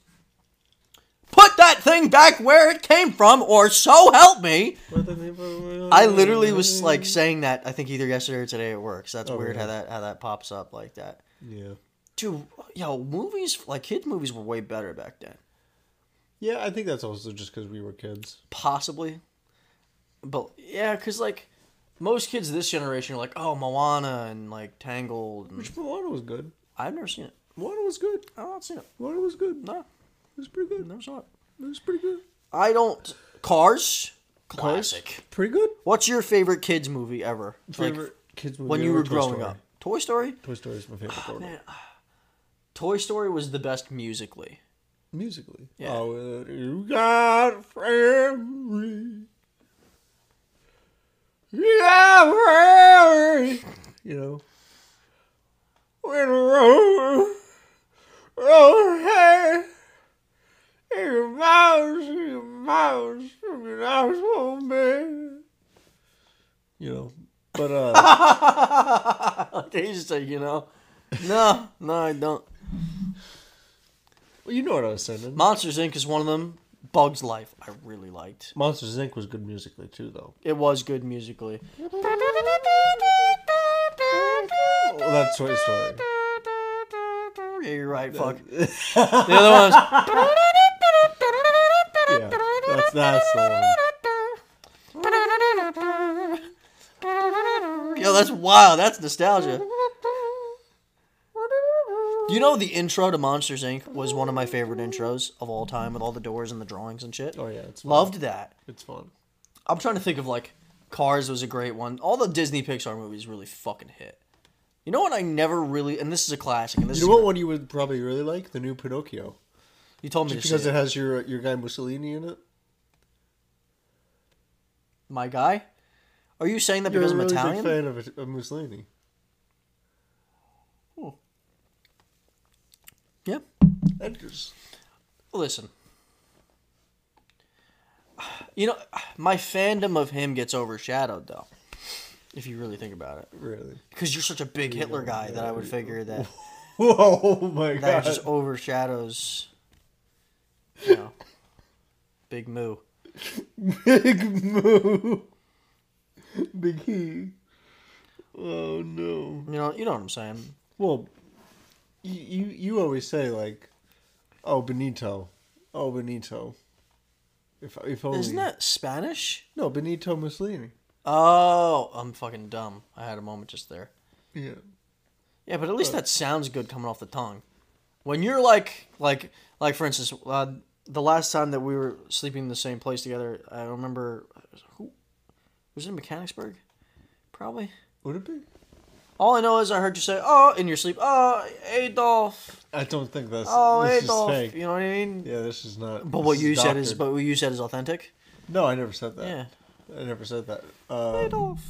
A: Put that thing back where it came from, or so help me.
B: uh,
A: I literally was like saying that. I think either yesterday or today at work. So that's
B: Oh,
A: weird
B: really?
A: how that how that pops up like that.
B: Yeah.
A: Dude, yo, movies like kids movies were way better back then.
B: Yeah, I think that's also just because we were kids.
A: possibly. But yeah, because like most kids this generation are like, oh, Moana and like Tangled. And...
B: Which Moana was good.
A: I've never seen it.
B: Moana was good.
A: I've not seen it.
B: Moana was good.
A: No,
B: It was pretty good.
A: never saw it.
B: It was pretty good.
A: I don't. Cars, classic.
B: Pretty good.
A: What's your favorite kids movie ever?
B: Favorite kids movie
A: like, when you
B: ever,
A: were
B: Toy
A: growing
B: Story. Ah,
A: up. Toy Story.
B: Toy Story is my favorite.
A: Oh,
B: Toy
A: man, Toy Story was the best musically.
B: Musically.
A: Yeah.
B: Oh, uh, you got family. You got family. You know. When road, road hey, your mouse, your mouse, your asshole man. You know, but uh,
A: like I used to say, you know. No, no, I don't.
B: well, you know what I was saying.
A: Monsters Inc. is one of them. Bugs Life, I really liked.
B: Monsters Inc. was good musically too, though.
A: It was good musically.
B: Well, that's Toy Story.
A: Yeah, you're right. Fuck.
B: yeah,
A: The other one's
B: that's that's the
A: yo. That's wow. That's nostalgia. You know the intro to Monsters Inc. was one of my favorite intros of all time, with all the doors and the drawings and shit.
B: one. Oh yeah, it's fun.
A: Loved that.
B: It's fun.
A: I'm trying to think of like Cars was a great one. All the Disney Pixar movies really fucking hit. You know what? I never really, and this is a classic. And this
B: You know
A: is
B: what one you would probably really like? The new Pinocchio,
A: you told me to
B: because
A: see
B: it
A: it.
B: has your your guy Mussolini in it.
A: my guy. Are you saying that
B: You're
A: because
B: a
A: I'm
B: really
A: Italian?
B: big fan of, it- of Mussolini.
A: Yeah.
B: That just
A: Listen. You know, my fandom of him gets overshadowed though. If you really think about it.
B: really.
A: Because you're such a big Hitler guy that I would figure that
B: Whoa, oh my
A: that
B: god!
A: just overshadows you know Big Moo.
B: Big moo. Big he. Oh no.
A: You know you know what I'm saying.
B: Well, you you, you always say like, "Oh Benito, oh Benito." If if only
A: Isn't that Spanish?
B: no Benito Mussolini.
A: Oh I'm fucking dumb. I had a moment just there.
B: Yeah.
A: Yeah, but at least that sounds good coming off the tongue. When you're like, like, like for instance, uh, the last time that we were sleeping in the same place together, I remember who was it in Mechanicsburg, probably.
B: Would it be?
A: All I know is I heard you say, "Oh," in your sleep. Oh, Adolf.
B: I don't think that's.
A: Oh,
B: this is
A: Adolf.
B: fake.
A: You know what I mean?
B: Yeah, this is not.
A: But
B: this
A: what you said is,
B: doctored.
A: but what you said is authentic.
B: no, I never said that.
A: Yeah.
B: I never said that. Um,
A: Adolf.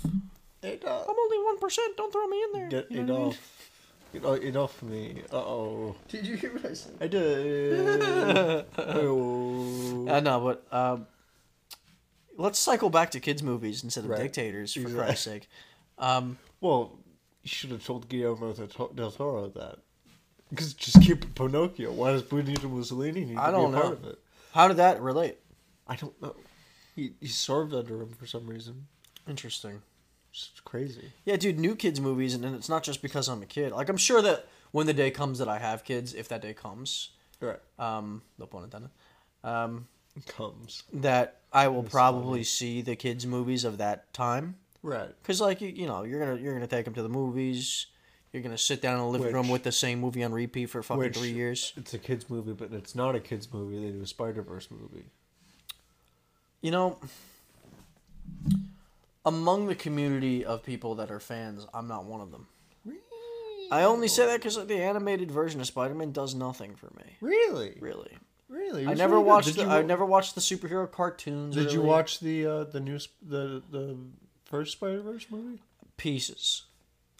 B: Adolf.
A: I'm only one percent. Don't throw me in there.
B: Get
A: You know what I mean?
B: Adolf. Get o- Adolf me. Uh oh.
A: Did you hear what I said?
B: I did. oh.
A: I know, but um, let's cycle back to kids' movies instead of
B: Right.
A: dictators, for
B: Exactly.
A: Christ's sake. Um,
B: Well, you should have told Guillermo del Tor- del Toro that. Because just keep it Pinocchio. Why does Benito Mussolini need
A: I
B: to
A: don't
B: be a part
A: know.
B: of it?
A: how did that relate?
B: I don't know. He, he served under him for some reason.
A: Interesting.
B: It's crazy.
A: Yeah, dude, new kids' movies, and then it's not just because I'm a kid. Like, I'm sure that when the day comes that I have kids, if that day comes,
B: Right.
A: um, no pun intended, um,
B: Comes.
A: that I will probably see the kids' movies of that time.
B: Right.
A: Cause like you, you know, you're gonna you're gonna take them to the movies. You're gonna sit down in the living
B: Which-
A: room with the same movie on repeat for fucking
B: which-
A: three years.
B: It's a kids movie, but it's not a kids movie. They do a Spider Verse movie.
A: You know, among the community of people that are fans, I'm not one of them. I only say that because the animated version of Spider-Man does nothing for me.
B: Really?
A: Really,
B: Really?
A: I never watched. The, I never watched the superhero cartoons.
B: Did you
A: really.
B: watch the uh, the new sp- the the first Spider Verse movie?
A: pieces?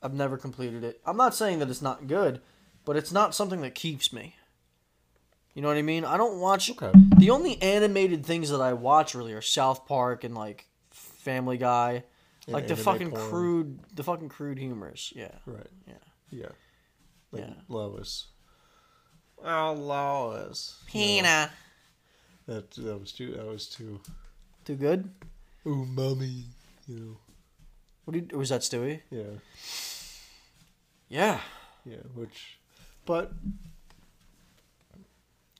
A: I've never completed it. I'm not saying that it's not good, but it's not something that keeps me. You know what I mean? I don't watch.
B: Okay.
A: The only animated things that I watch really are South Park and like Family Guy,
B: And
A: like the
B: anime
A: fucking
B: porn.
A: crude, the fucking crude humors. Yeah.
B: Right.
A: Yeah.
B: Yeah. Like
A: Yeah.
B: Lois. Oh, Lois.
C: Pina.
B: That that was too. That was too.
A: Too good.
B: Ooh, mommy. You
A: What do you, was that, Stewie?
B: know. Yeah.
A: Yeah.
B: Yeah. Which, but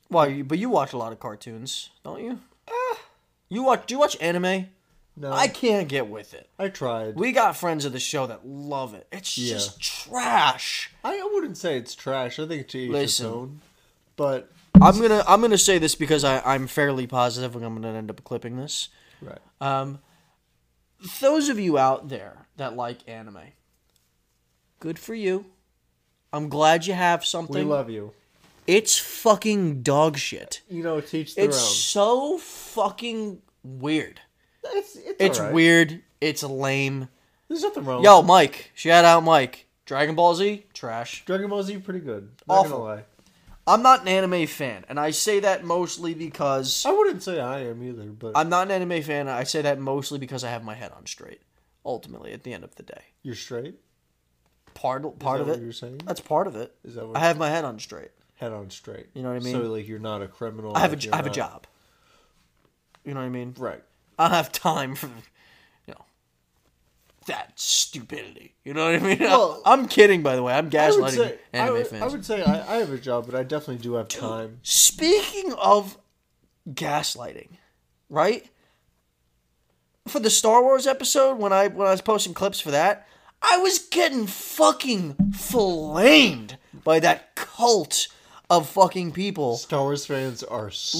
A: Well, you, but you watch a lot of cartoons, don't you? You watch? Do you watch anime?
B: Ah. no.
A: I
B: I
A: can't get with it.
B: I tried.
A: We got friends of the show that love it. It's
B: Yeah.
A: just trash.
B: I wouldn't say it's trash. I think it's each its
A: Listen.
B: own. But
A: I'm gonna I'm gonna say this because I, I'm fairly positive I'm gonna end up clipping this.
B: right.
A: Um, those of you out there that like anime, good for you. I'm glad you have something.
B: we love you.
A: it's fucking dog shit.
B: You know, teach their
A: It's so fucking weird.
B: own. It's it's,
A: It's
B: alright.
A: weird. It's lame.
B: There's nothing wrong.
A: Yo, Mike. Shout out, Mike. Dragon Ball Z, trash.
B: Dragon Ball Z pretty good. Not
A: Awful.
B: gonna lie.
A: I'm not an anime fan, and I say that mostly because
B: I wouldn't say I am either, but
A: I'm not an anime fan. I say that mostly because I have my head on straight. Ultimately, at the end of the day,
B: you're straight.
A: part part
B: that
A: of
B: what
A: it.
B: you're saying?
A: That's part of it.
B: Is that what
A: I have my head on straight.
B: head on straight?
A: You know what I mean?
B: So like you're not a criminal.
A: I have a,
B: like,
A: j-
B: you're
A: I have a
B: not-
A: job. You know what I mean?
B: Right.
A: I don't have time for, you know, that stupidity. You know what I mean?
B: Well-
A: I'm kidding, by the way. I'm
B: I would
A: gaslighting
B: say
A: anime
B: I would,
A: fans.
B: I would say I, I have a job, but I definitely do have time.
A: Speaking of gaslighting, right? For the Star Wars episode, when I when I was posting clips for that, I was getting fucking flamed by that cult of fucking people.
B: Star Wars fans are so,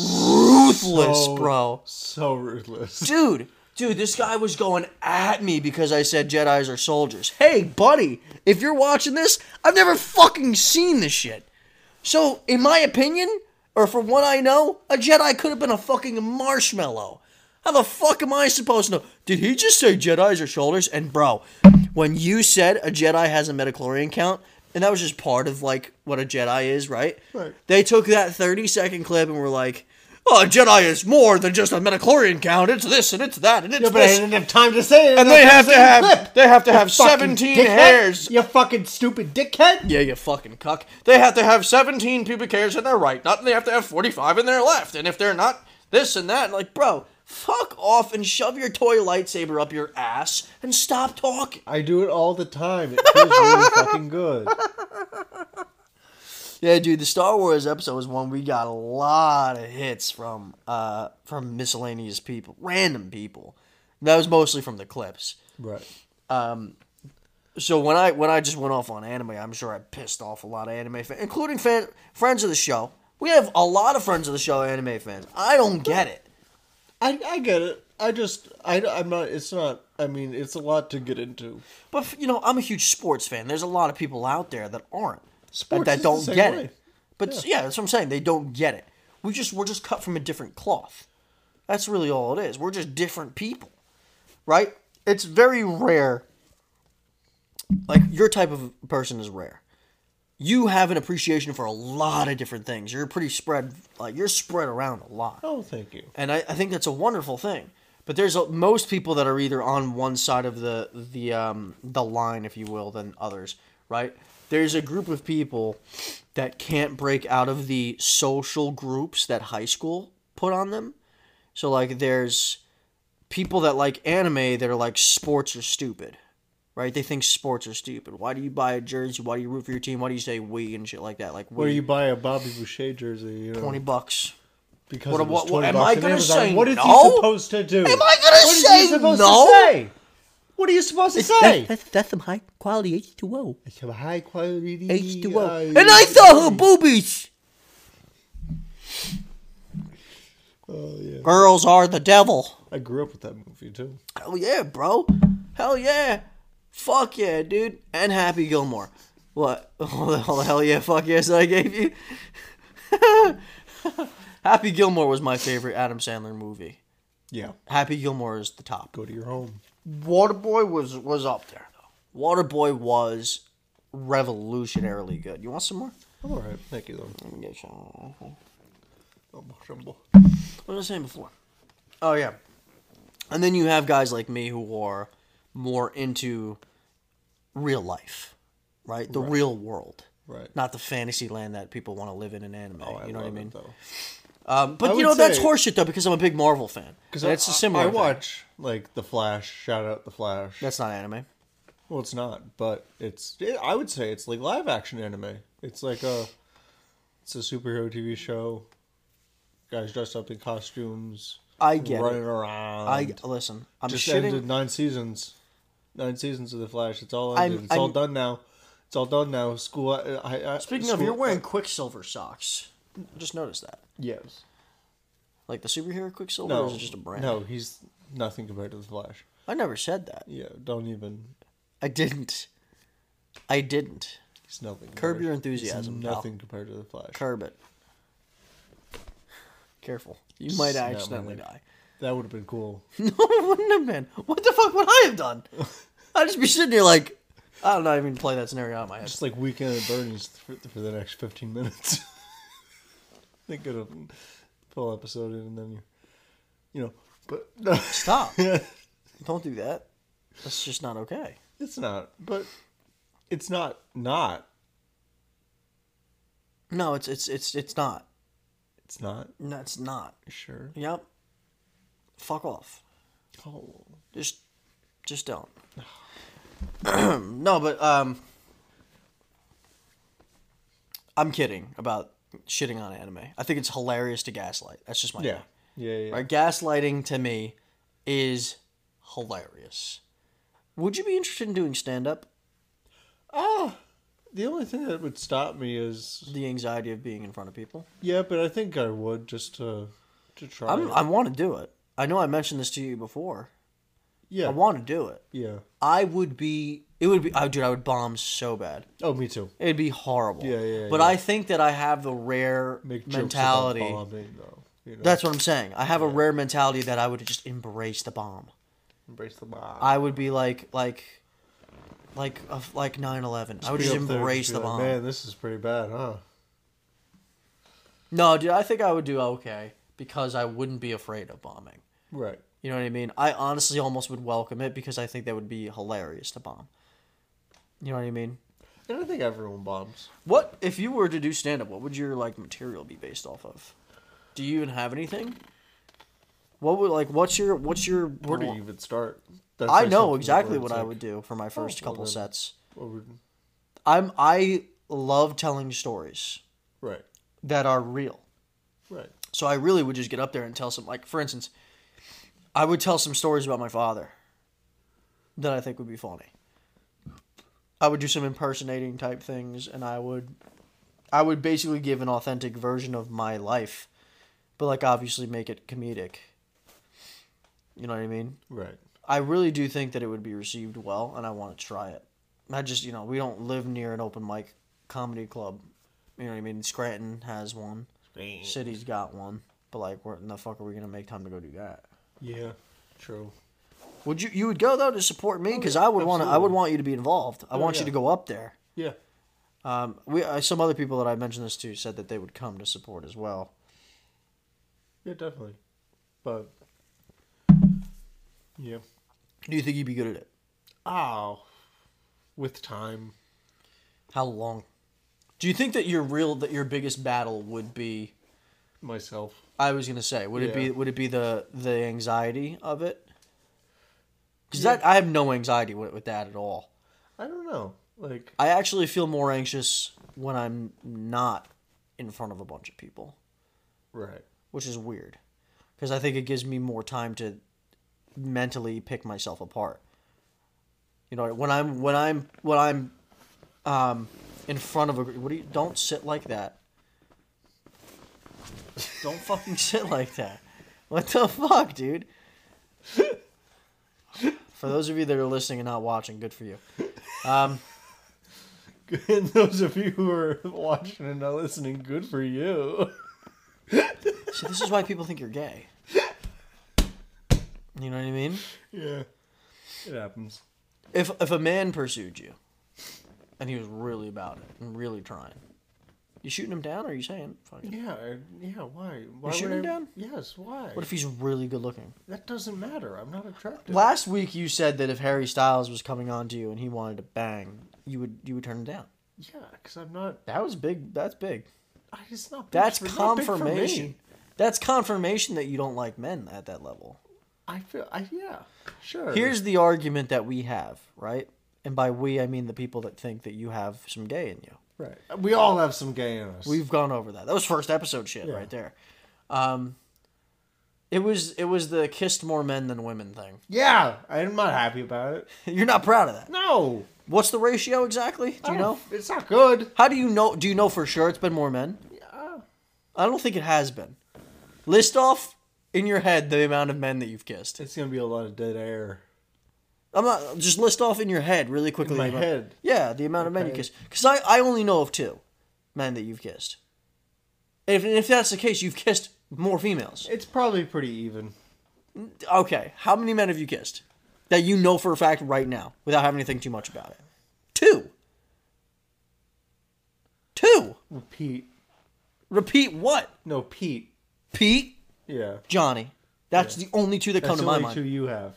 A: Ruthless, bro.
B: so ruthless.
A: dude, dude, this guy was going at me because I said Jedi's are soldiers. Hey, buddy, if you're watching this, I've never fucking seen this shit. So, in my opinion, or from what I know, a Jedi could have been a fucking marshmallow. How the fuck am I supposed to know? Did he just say Jedi's are shoulders? And bro, when you said a Jedi has a midichlorian count, and that was just part of like what a Jedi is, right?
B: Right.
A: They took that 30 second clip and were like, oh, a Jedi is more than just a midichlorian count. It's this and it's that and it's
B: Yeah, but I
A: this.
B: didn't have time to say it.
A: And they have to have they have to have 17 hairs.
B: You fucking stupid dickhead.
A: Yeah, you fucking cuck. They have to have 17 pubic hairs in their right, not they have to have 45 in their left. And if they're not this and that, like, bro, fuck off and shove your toy lightsaber up your ass and stop talking.
B: I do it all the time. It feels really fucking good.
A: Yeah, dude, the Star Wars episode was one we got a lot of hits from uh from miscellaneous people, random people. That was mostly from the clips.
B: Right.
A: So when I when I just went off on anime, I'm sure I pissed off a lot of anime fans, including fan, friends of the show. We have a lot of friends of the show anime fans. I don't get it.
B: I, I get it. I just I I'm not. It's not. I mean, it's a lot to get into.
A: But f- you know, I'm a huge sports fan. There's a lot of people out there that aren't that,
B: Sports
A: that
B: is the
A: don't
B: same
A: get
B: way.
A: it. But yeah. that's what I'm saying. They don't get it. We just we're just cut from a different cloth. That's really all it is. We're just different people, right? It's very rare. Like your type of person is rare. You have an appreciation for a lot of different things. You're pretty spread. Like you're spread around a lot
B: Oh, thank you.
A: and I, I think that's a wonderful thing. But there's a, most people that are either on one side of the the um, the line, if you will, than others, right? There's a group of people that can't break out of the social groups that high school put on them. So like, there's people that like anime that are like sports are stupid, right? They think sports are stupid. Why do you buy a jersey? Why do you root for your team? Why do you say we and shit like that? Like,
B: Where
A: we
B: you buy a Bobby Boucher jersey, you know,
A: twenty bucks.
B: because
A: What-
B: it was
A: what-
B: 20
A: am
B: bucks
A: I
B: on
A: gonna
B: Amazon.
A: say
B: What is
A: no?
B: he supposed to do?
A: Am I gonna
B: What is
A: say
B: he supposed
A: no?
B: To say? What are you supposed to say?
A: that's, that's some high quality H2O.
B: It's a high quality uh,
A: H2O. and I saw her boobies.
B: Oh yeah.
A: Girls are the devil.
B: I grew up with that movie too.
A: Hell yeah, bro. Hell yeah. Fuck yeah, dude. And Happy Gilmore. What? All the, all the hell yeah, fuck yes I gave you. Happy Gilmore was my favorite Adam Sandler movie.
B: Yeah.
A: Happy Gilmore is the top.
B: Go to your home.
A: Waterboy was was up there though. Waterboy was revolutionarily good. You want some more?
B: I'm all right. Thank you though.
A: Let me get you.
B: Rumble, rumble.
A: What was I saying before? Oh yeah, and then you have guys like me who are more into real life, right? The real world,
B: Right.
A: not the fantasy land that people want to live in in anime. you know what I
B: Oh, love it,
A: mean?
B: though.
A: Um, but
B: I
A: you know
B: would
A: that's
B: say-
A: horseshit though because I'm a big Marvel fan. Because
B: I-
A: that's a
B: I-
A: similar.
B: I
A: thing.
B: watch like the Flash. Shout out the Flash.
A: That's not anime.
B: well, it's not, but it's. It, I would say it's like live action anime. It's like a, it's a superhero TV show. Guys dressed up in costumes.
A: I get it.
B: running around.
A: I listen. I'm
B: just ended
A: shitting.
B: nine seasons. Nine seasons of the Flash. It's all
A: I'm-
B: ended. it's all
A: I'm-
B: done now. It's all done now. School. I, I, I,
A: Speaking of,
B: school-
A: you're wearing Quicksilver socks. Just noticed that.
B: yes.
A: Like the superhero Quicksilver
B: No,
A: or is it just a brand?
B: No, he's nothing compared to the Flash.
A: I never said that.
B: Yeah, don't even.
A: I didn't. I didn't.
B: He's nothing.
A: Curb
B: compared-
A: your
B: he's
A: enthusiasm, pal.
B: Nothing compared to the Flash.
A: Curb it. Careful. You might
B: Snap my
A: accidentally
B: neck.
A: die.
B: That would have been cool.
A: No, it wouldn't have been. What the fuck would I have done? I'd just be sitting here like, I don't know, I even play that scenario out in my head.
B: Just like Weekend at Bernie's for, for the next fifteen minutes. they could have full episode in, and then you, you know, but no,
A: Stop. Don't do that. That's just not okay.
B: it's not. But it's not not.
A: No, it's it's it's it's not.
B: It's not.
A: No, it's not.
B: You Sure.
A: Yep. Fuck off.
B: Oh.
A: Just just don't. no, but um I'm kidding about shitting on anime. I think it's hilarious to gaslight. That's just my
B: Yeah. Yeah. yeah.
A: Right? Gaslighting to me is hilarious. Would you be interested in doing stand up?
B: The only thing that would stop me is
A: The anxiety of being in front of people.
B: yeah, but I think I would just to to try.
A: I'm,
B: it.
A: I want to do it. I know I mentioned this to you before.
B: yeah.
A: I want to do it.
B: yeah.
A: I would be. It would be. Oh, dude, I would bomb so bad.
B: Oh, me too.
A: It'd be horrible.
B: Yeah, yeah,
A: But
B: yeah.
A: I think that I have the rare
B: Make
A: mentality.
B: Jokes about bombing, though, you know?
A: That's what I'm saying. I have a rare mentality that I would just embrace the bomb.
B: embrace the bomb.
A: I would be like, like, like, uh, like 9/11. I would
B: Be
A: just
B: up there,
A: embrace
B: be
A: the
B: like,
A: bomb.
B: Man, this is pretty bad, huh?
A: No, dude, I think I would do okay because I wouldn't be afraid of bombing.
B: Right.
A: You know what I mean? I honestly almost would welcome it because I think that would be hilarious to bomb. You know what I mean?
B: And I think everyone bombs.
A: What if you were to do stand up, what would your like material be based off of? Do you even have anything? What would like what's your what's your
B: Where do you even start? That's
A: I
B: like
A: know
B: something
A: exactly
B: where
A: what
B: it's
A: I
B: like, Oh,
A: would do for my first
B: well,
A: couple
B: then.
A: sets.
B: what would-
A: I'm I love telling stories
B: Right.
A: that are real.
B: Right.
A: So I really would just get up there and tell some, like, for instance, I would tell some stories about my father that I think would be funny. I would do some impersonating type things, and I would, I would basically give an authentic version of my life, but like obviously make it comedic. You know what I mean?
B: Right.
A: I really do think that it would be received well, and I want to try it. I just, you know, we don't live near an open mic comedy club. You know what I mean? Scranton has one. City's got one, but like, where in the fuck are we gonna make time to go do that?
B: Yeah. True.
A: Would you you would go though to support me because I would want to I would
B: Oh, absolutely.
A: want you to be involved. I
B: Oh,
A: want you
B: yeah.
A: to go up there.
B: Yeah.
A: Um, we uh, some other people that I mentioned this to said that they would come to support as well.
B: Yeah, definitely. But yeah.
A: Do you think you'd be good at it?
B: Ow. With time.
A: How long? Do you think that your real that your biggest battle would be?
B: Myself.
A: I was gonna say would it be
B: Yeah.
A: would it be the the anxiety of it? Because that I have no anxiety with, with that at all.
B: I don't know. Like
A: I actually feel more anxious when I'm not in front of a bunch of people,
B: right.
A: which is weird because I think it gives me more time to mentally pick myself apart. You know, when I'm when I'm when I'm um in front of a what do you don't sit like that. Don't fucking sit like that. What the fuck, dude? For those of you that are listening and not watching, good for you. Um
B: And those of you who are watching and not listening, good for you.
A: See, this is why people think you're gay. You know what I mean?
B: yeah. It happens.
A: If if a man pursued you, and he was really about it and really trying, You shooting him down, or are you saying? Fuck it.
B: Yeah, I- yeah. Why? Why
A: shoot
B: would
A: him
B: I-
A: down?
B: Yes. Why?
A: What if he's really good looking?
B: that doesn't matter. I'm not attracted.
A: Last week you said that if Harry Styles was coming on to you and he wanted to bang, you would you would turn him down.
B: Yeah, because I'm not.
A: That was big. That's big.
B: I, it's not. big
A: That's
B: for- not big for me.
A: confirmation. That's confirmation that you don't like men at that level.
B: I feel. I yeah. Sure.
A: Here's the argument that we have, right? And by we, I mean the people that think that you have some gay in you.
B: right. We all have some gay in us.
A: We've gone over that. That was first episode shit
B: Yeah.
A: right there. Um, it was it was the kissed more men than women thing.
B: Yeah, I'm not happy about it.
A: You're not proud of that.
B: No.
A: What's the ratio exactly?
B: I
A: Do you
B: don't-
A: know?
B: It's not good.
A: How do you know? Do you know for sure it's been more men?
B: Yeah.
A: I don't think it has been. List off in your head the amount of men that you've kissed.
B: It's gonna be a lot of dead air.
A: I'm not just list off in your head really quickly.
B: my
A: the amount-
B: head?
A: Yeah, the amount of men you
B: Okay.
A: kissed. Because I, I only know of two men that you've kissed. If if that's the case, you've kissed more females.
B: It's probably pretty even.
A: Okay, how many men have you kissed that you know for a fact right now without having to think too much about it? Two. Two.
B: Repeat.
A: Repeat what?
B: No, Pete.
A: Pete,
B: Yeah.
A: Johnny. That's the only two that come
B: That's
A: to
B: the
A: my
B: only
A: mind.
B: two you have.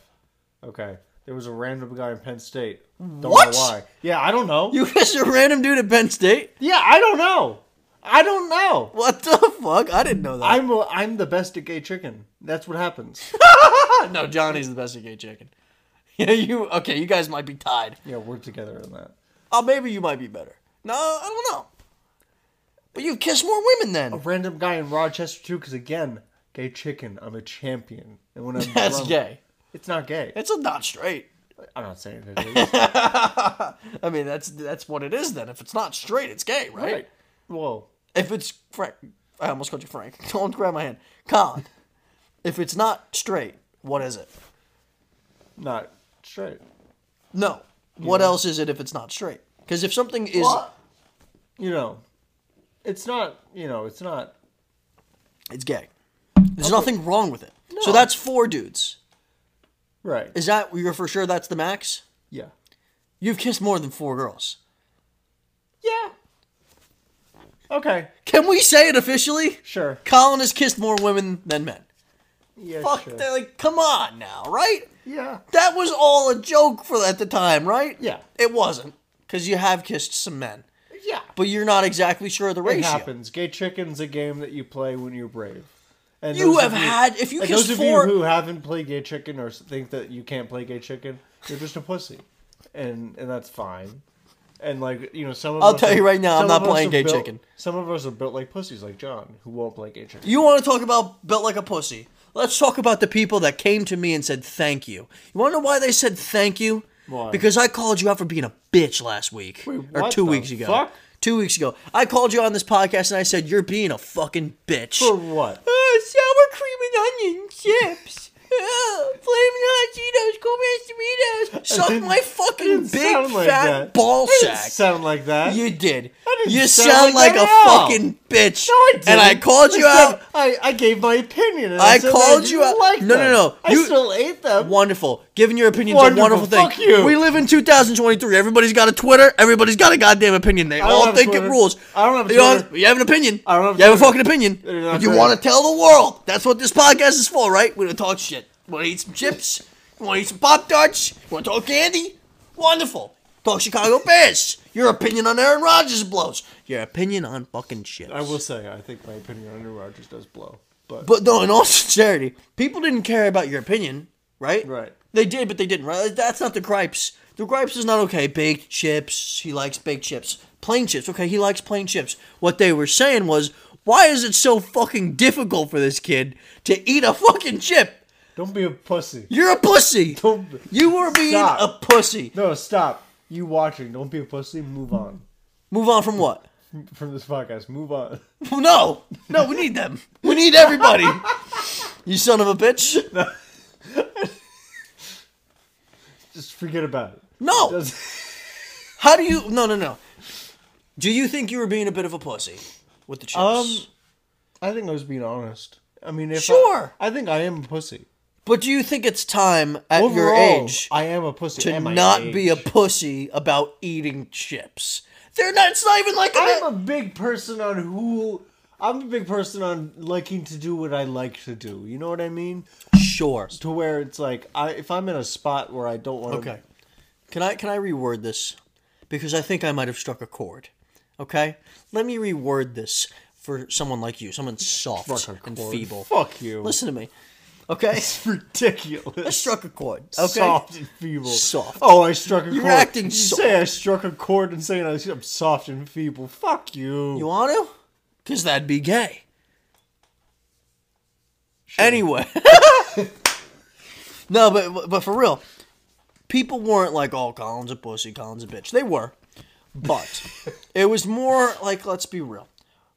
B: Okay. There was a random guy in Penn State. Don't
A: What?
B: know why. Yeah, I don't know.
A: You kissed a random dude at Penn State?
B: yeah, I don't know. I don't know.
A: What the fuck? I didn't know that.
B: I'm a, I'm the best at gay chicken. That's what happens.
A: No, Johnny's the best at gay chicken. Yeah, you okay? You guys might be tied.
B: yeah, we're together on that.
A: Oh, maybe you might be better. No, I don't know. But you kiss more women
B: A
A: then.
B: random guy in Rochester too, because again, gay chicken. I'm a champion, and when I'm
A: That's
B: drunk-
A: gay.
B: It's not gay.
A: It's a not straight.
B: I'm not saying it is.
A: I mean, that's that's what it is then. If it's not straight, it's gay, right?
B: right. Whoa.
A: If it's Frank, I almost called you Frank. Don't grab my hand, Con. if it's not straight, what is it?
B: Not straight.
A: No. What else is it if it's not straight? Because if something is,
B: You know, it's not. You know, it's not.
A: it's gay. There's nothing wrong with it. So
B: No.
A: that's four dudes.
B: Right.
A: Is that you're for sure that's the max?
B: yeah.
A: You've kissed more than four girls.
B: Yeah. Okay.
A: Can we say it officially?
B: Sure.
A: Colin has kissed more women than men.
B: Yeah.
A: Fuck,
B: sure.
A: they're like, come on now, right?
B: Yeah.
A: That was all a joke for at the time, right?
B: Yeah.
A: It wasn't, because you have kissed some men,
B: Yeah.
A: but you're not exactly sure of the
B: It
A: ratio.
B: happens. Gay chicken's a game that you play when you're brave. And
A: You
B: those
A: have
B: of
A: had if you
B: and
A: kissed
B: those of
A: four.
B: you who haven't played gay chicken or think that you can't play gay chicken, you're just a pussy, and and that's fine. And like you know, some of
A: I'll
B: us
A: tell
B: are-
A: you right now, I'm
B: some
A: not
B: of us
A: playing
B: are
A: gay
B: built-
A: chicken.
B: Some of us are built like pussies, like John, who won't play gay chicken.
A: You want to talk about built like a pussy? Let's talk about the people that came to me and said thank you. You want to know why they said thank you?
B: Why?
A: Because I called you out for being a bitch last week
B: Wait,
A: or
B: what
A: two
B: the
A: weeks ago.
B: fuck?
A: Two weeks ago, I called you on this podcast and I said you're being a fucking bitch.
B: For what?
A: Uh, sour cream and onion chips. Uh, flaming hot Cheetos, cool Tomato. Suck
B: didn't-
A: my fucking
B: didn't
A: big
B: sound like
A: fat
B: that.
A: ball
B: It didn't
A: sack.
B: sound like that.
A: you did.
B: didn't
A: You
B: sound
A: sound like,
B: like
A: a
B: that at all.
A: fucking bitch.
B: No, I didn't.
A: And I called you
B: said-
A: out.
B: I, I gave my opinion. And
A: I
B: I, said
A: called
B: I
A: you
B: didn't
A: out-
B: Like
A: No, no,
B: them.
A: no.
B: I
A: You-
B: still ate them.
A: Wonderful. Giving your opinions
B: Wonderful.
A: a wonderful thing.
B: Fuck you.
A: We live in 2023. Everybody's got a Twitter. Everybody's got a goddamn opinion. They
B: don't
A: all
B: have a
A: think it
B: Twitter.
A: rules.
B: I don't have a
A: you don't-
B: Twitter.
A: you have an opinion.
B: I don't have a
A: You have a
B: Twitter.
A: fucking opinion.
B: I don't have a
A: You
B: Twitter.
A: want to tell the world. That's what this podcast is for, right? We're going to talk shit. Want to eat some chips? Want to eat some Pop Tarts? Want to talk candy? Wonderful. Talk Chicago Bears. Your opinion on Aaron Rodgers blows. Your opinion on fucking shit.
B: I will say, I think my opinion on Aaron Rodgers does blow. But,
A: But no, in all sincerity, people didn't care about your opinion, right?
B: Right.
A: They did, but they didn't. Right? That's not the gripes. The gripes is not okay. Baked chips. He likes baked chips. Plain chips. Okay, he likes plain chips. What they were saying was, why is it so fucking difficult for this kid to eat a fucking chip?
B: don't be a pussy.
A: You're a pussy.
B: Don't.
A: You were being
B: Stop.
A: a pussy.
B: No, stop. You watching? Don't be a pussy. Move on
A: Move on from what?
B: from this podcast. Move on.
A: No, no, we need them. We need everybody. you son of a bitch.
B: Just forget about it.
A: No.
B: Does-
A: How do you? No, no, no. Do you think you were being a bit of a pussy with the chips?
B: Um, I think I was being honest. I mean, if I-
A: Sure.
B: I, think I am a pussy.
A: But do you think it's time at your
B: Overall,
A: age
B: I am a pussy.
A: to
B: at my
A: not be a
B: age.
A: pussy about eating chips? They're not. It's not even like a
B: I'm a big person on who. I'm a big person on liking to do what I like to do. You know what I mean?
A: sure.
B: To where it's like, I if I'm in a spot where I don't want to.
A: Okay. Can I can I reword this? Because I think I might have struck a chord. Okay? Let me reword this for someone like you, someone soft
B: Struck a
A: and
B: chord.
A: feeble.
B: Fuck you.
A: Listen to me. Okay?
B: It's ridiculous.
A: I struck a chord. Okay.
B: Soft and feeble.
A: Soft.
B: Oh, I struck a
A: You're
B: chord.
A: acting
B: you
A: soft.
B: say I struck a chord and saying I'm soft and feeble. Fuck you.
A: You want to? Because that'd be gay. Anyway. no, but but for real, people weren't like, oh, Colin's a pussy, Colin's a bitch. They were. But it was more like, let's be real.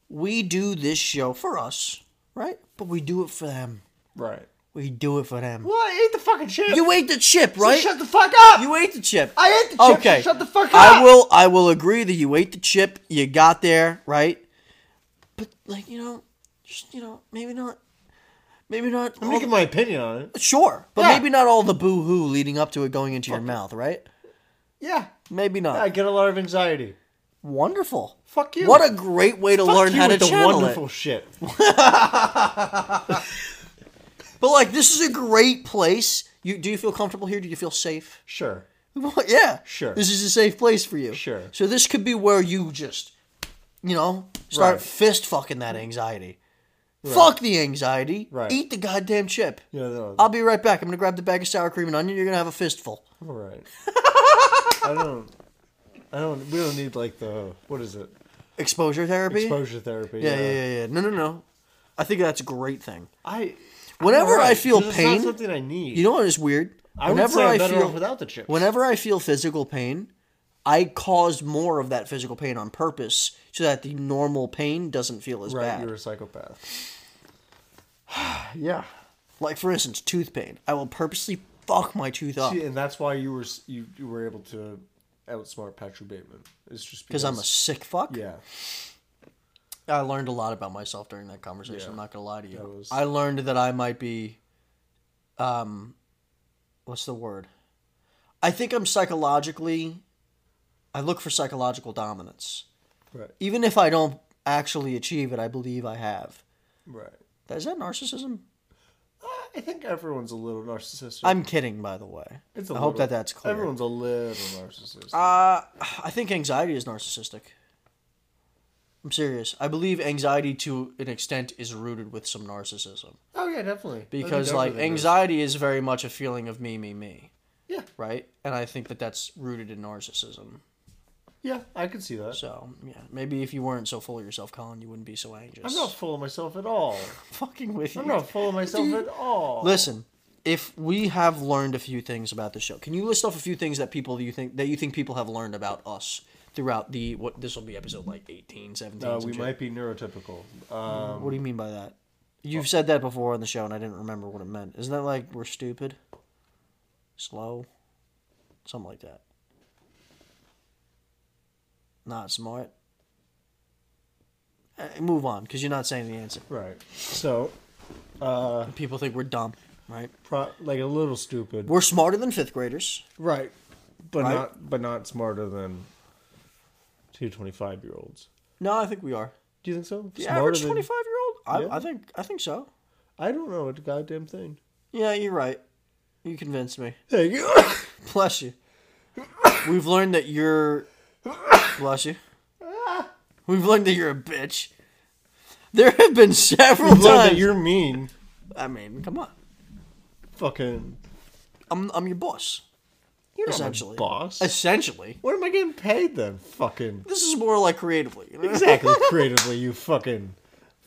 A: We do this show for us, right? But we do it for them.
B: right.
A: We do it for them.
B: Well, I ate the fucking chip.
A: You ate the chip, right?
B: shut the fuck up.
A: You ate the chip.
B: I ate the chip, so shut the fuck
A: I
B: up.
A: will. I will agree that you ate the chip. You got there right, but like you know, just, you know, maybe not. Maybe not.
B: I'm
A: all
B: making
A: the-
B: my opinion on it.
A: sure, but
B: Yeah.
A: maybe not all the boo hoo leading up to it going into your mouth, right?
B: Yeah.
A: Maybe not.
B: I get a lot of anxiety.
A: Wonderful.
B: Fuck you.
A: What a great way to
B: Fuck
A: learn
B: you
A: how to
B: with the
A: channel
B: wonderful
A: it.
B: shit.
A: But like, this is a great place. You do you feel comfortable here? Do you feel safe?
B: Sure.
A: Well, yeah.
B: Sure.
A: This is a safe place for you.
B: Sure.
A: So this could be where you just, you know, start
B: Right.
A: fist fucking that anxiety. Fuck the anxiety.
B: Right.
A: Eat the goddamn chip.
B: Yeah, no.
A: I'll be right back. I'm gonna grab the bag of sour cream and onion. You're gonna have a fistful.
B: All right. I don't. I don't. We don't need like the what is it?
A: Exposure therapy.
B: Exposure therapy.
A: yeah, yeah, yeah, yeah. No, no, no. I think that's a great thing.
B: I.
A: Whenever
B: Alright,
A: I feel
B: 'cause it's
A: pain,
B: not something I need.
A: you know what is weird?
B: I would
A: whenever
B: say I'm
A: I
B: better
A: feel
B: off without the chips.
A: whenever I feel physical pain, I cause more of that physical pain on purpose so that the normal pain doesn't feel as
B: right,
A: bad.
B: you're a psychopath. yeah.
A: Like for instance, tooth pain. I will purposely fuck my tooth up
B: See, and that's why you were s- you, you were able to outsmart Patrick Bateman. It's just
A: because I'm a sick fuck.
B: yeah.
A: I learned a lot about myself during that conversation. I'm not gonna lie to you.
B: That was-
A: I learned that I might be, um, what's the word? I think I'm psychologically. I look for psychological dominance,
B: Right.
A: even if I don't actually achieve it. I believe I have.
B: Right.
A: Is that narcissism?
B: I think everyone's a little narcissistic.
A: I'm kidding, by the way. I
B: It's a
A: hope
B: little-
A: that that's clear.
B: Everyone's a little narcissist.
A: Uh, I think anxiety is narcissistic. I'm serious. I believe anxiety to an extent is rooted with some narcissism
B: oh yeah, definitely. I think
A: because like
B: everything is.
A: anxiety is very much a feeling of me me me,
B: Yeah,
A: right? And I think that that's rooted in narcissism.
B: yeah, I can see that.
A: So, yeah, maybe if you weren't so full of yourself, Colin, you wouldn't be so anxious.
B: I'm not full of myself at all.
A: fucking with you.
B: I'm not full of myself at all.
A: Listen, if we have learned a few things about the show, can you list off a few things that people that you think that you think people have learned about us throughout the what this will be episode like 18, 17.
B: Uh,
A: some
B: we
A: shit?
B: might be neurotypical. Um,
A: What do you mean by that? You've said that before on the show, and I didn't remember what it meant. Isn't that like we're stupid, slow, something like that? Not smart. Eh, Move on, because you're not saying the answer.
B: right. So,
A: People think we're dumb, right?
B: pro- like a little stupid.
A: We're smarter than fifth graders.
B: Right. But
A: Right?
B: not but not smarter than two 25 year olds.
A: No, I think we are.
B: Do you think so?
A: The
B: smarter
A: average
B: than-
A: twenty-five year old. I,
B: Yeah.
A: I think. I think so.
B: I don't know a goddamn thing.
A: Yeah, you're right. You convinced me.
B: Thank you.
A: Bless you. We've learned that you're. Bless you. We've learned that you're a bitch. There have been several
B: Glad that
A: times.
B: you're mean.
A: I mean, come on.
B: Fucking
A: I'm I'm your boss. You're
B: not my
A: essentially
B: boss.
A: Essentially,
B: What am I getting paid then? Fucking
A: this is more like creatively. You know?
B: exactly creatively, you fucking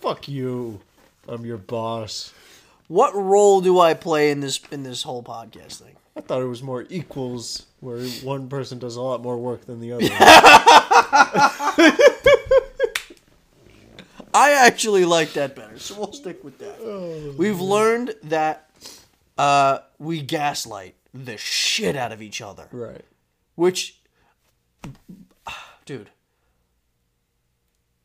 B: fuck you. I'm your boss.
A: What role do I play in this in this whole podcast thing?
B: I thought it was more equals where one person does a lot more work than the other.
A: I actually like that better, so we'll stick with that.
B: Oh,
A: We've learned that uh, we gaslight the shit out of each other.
B: right.
A: Which, dude,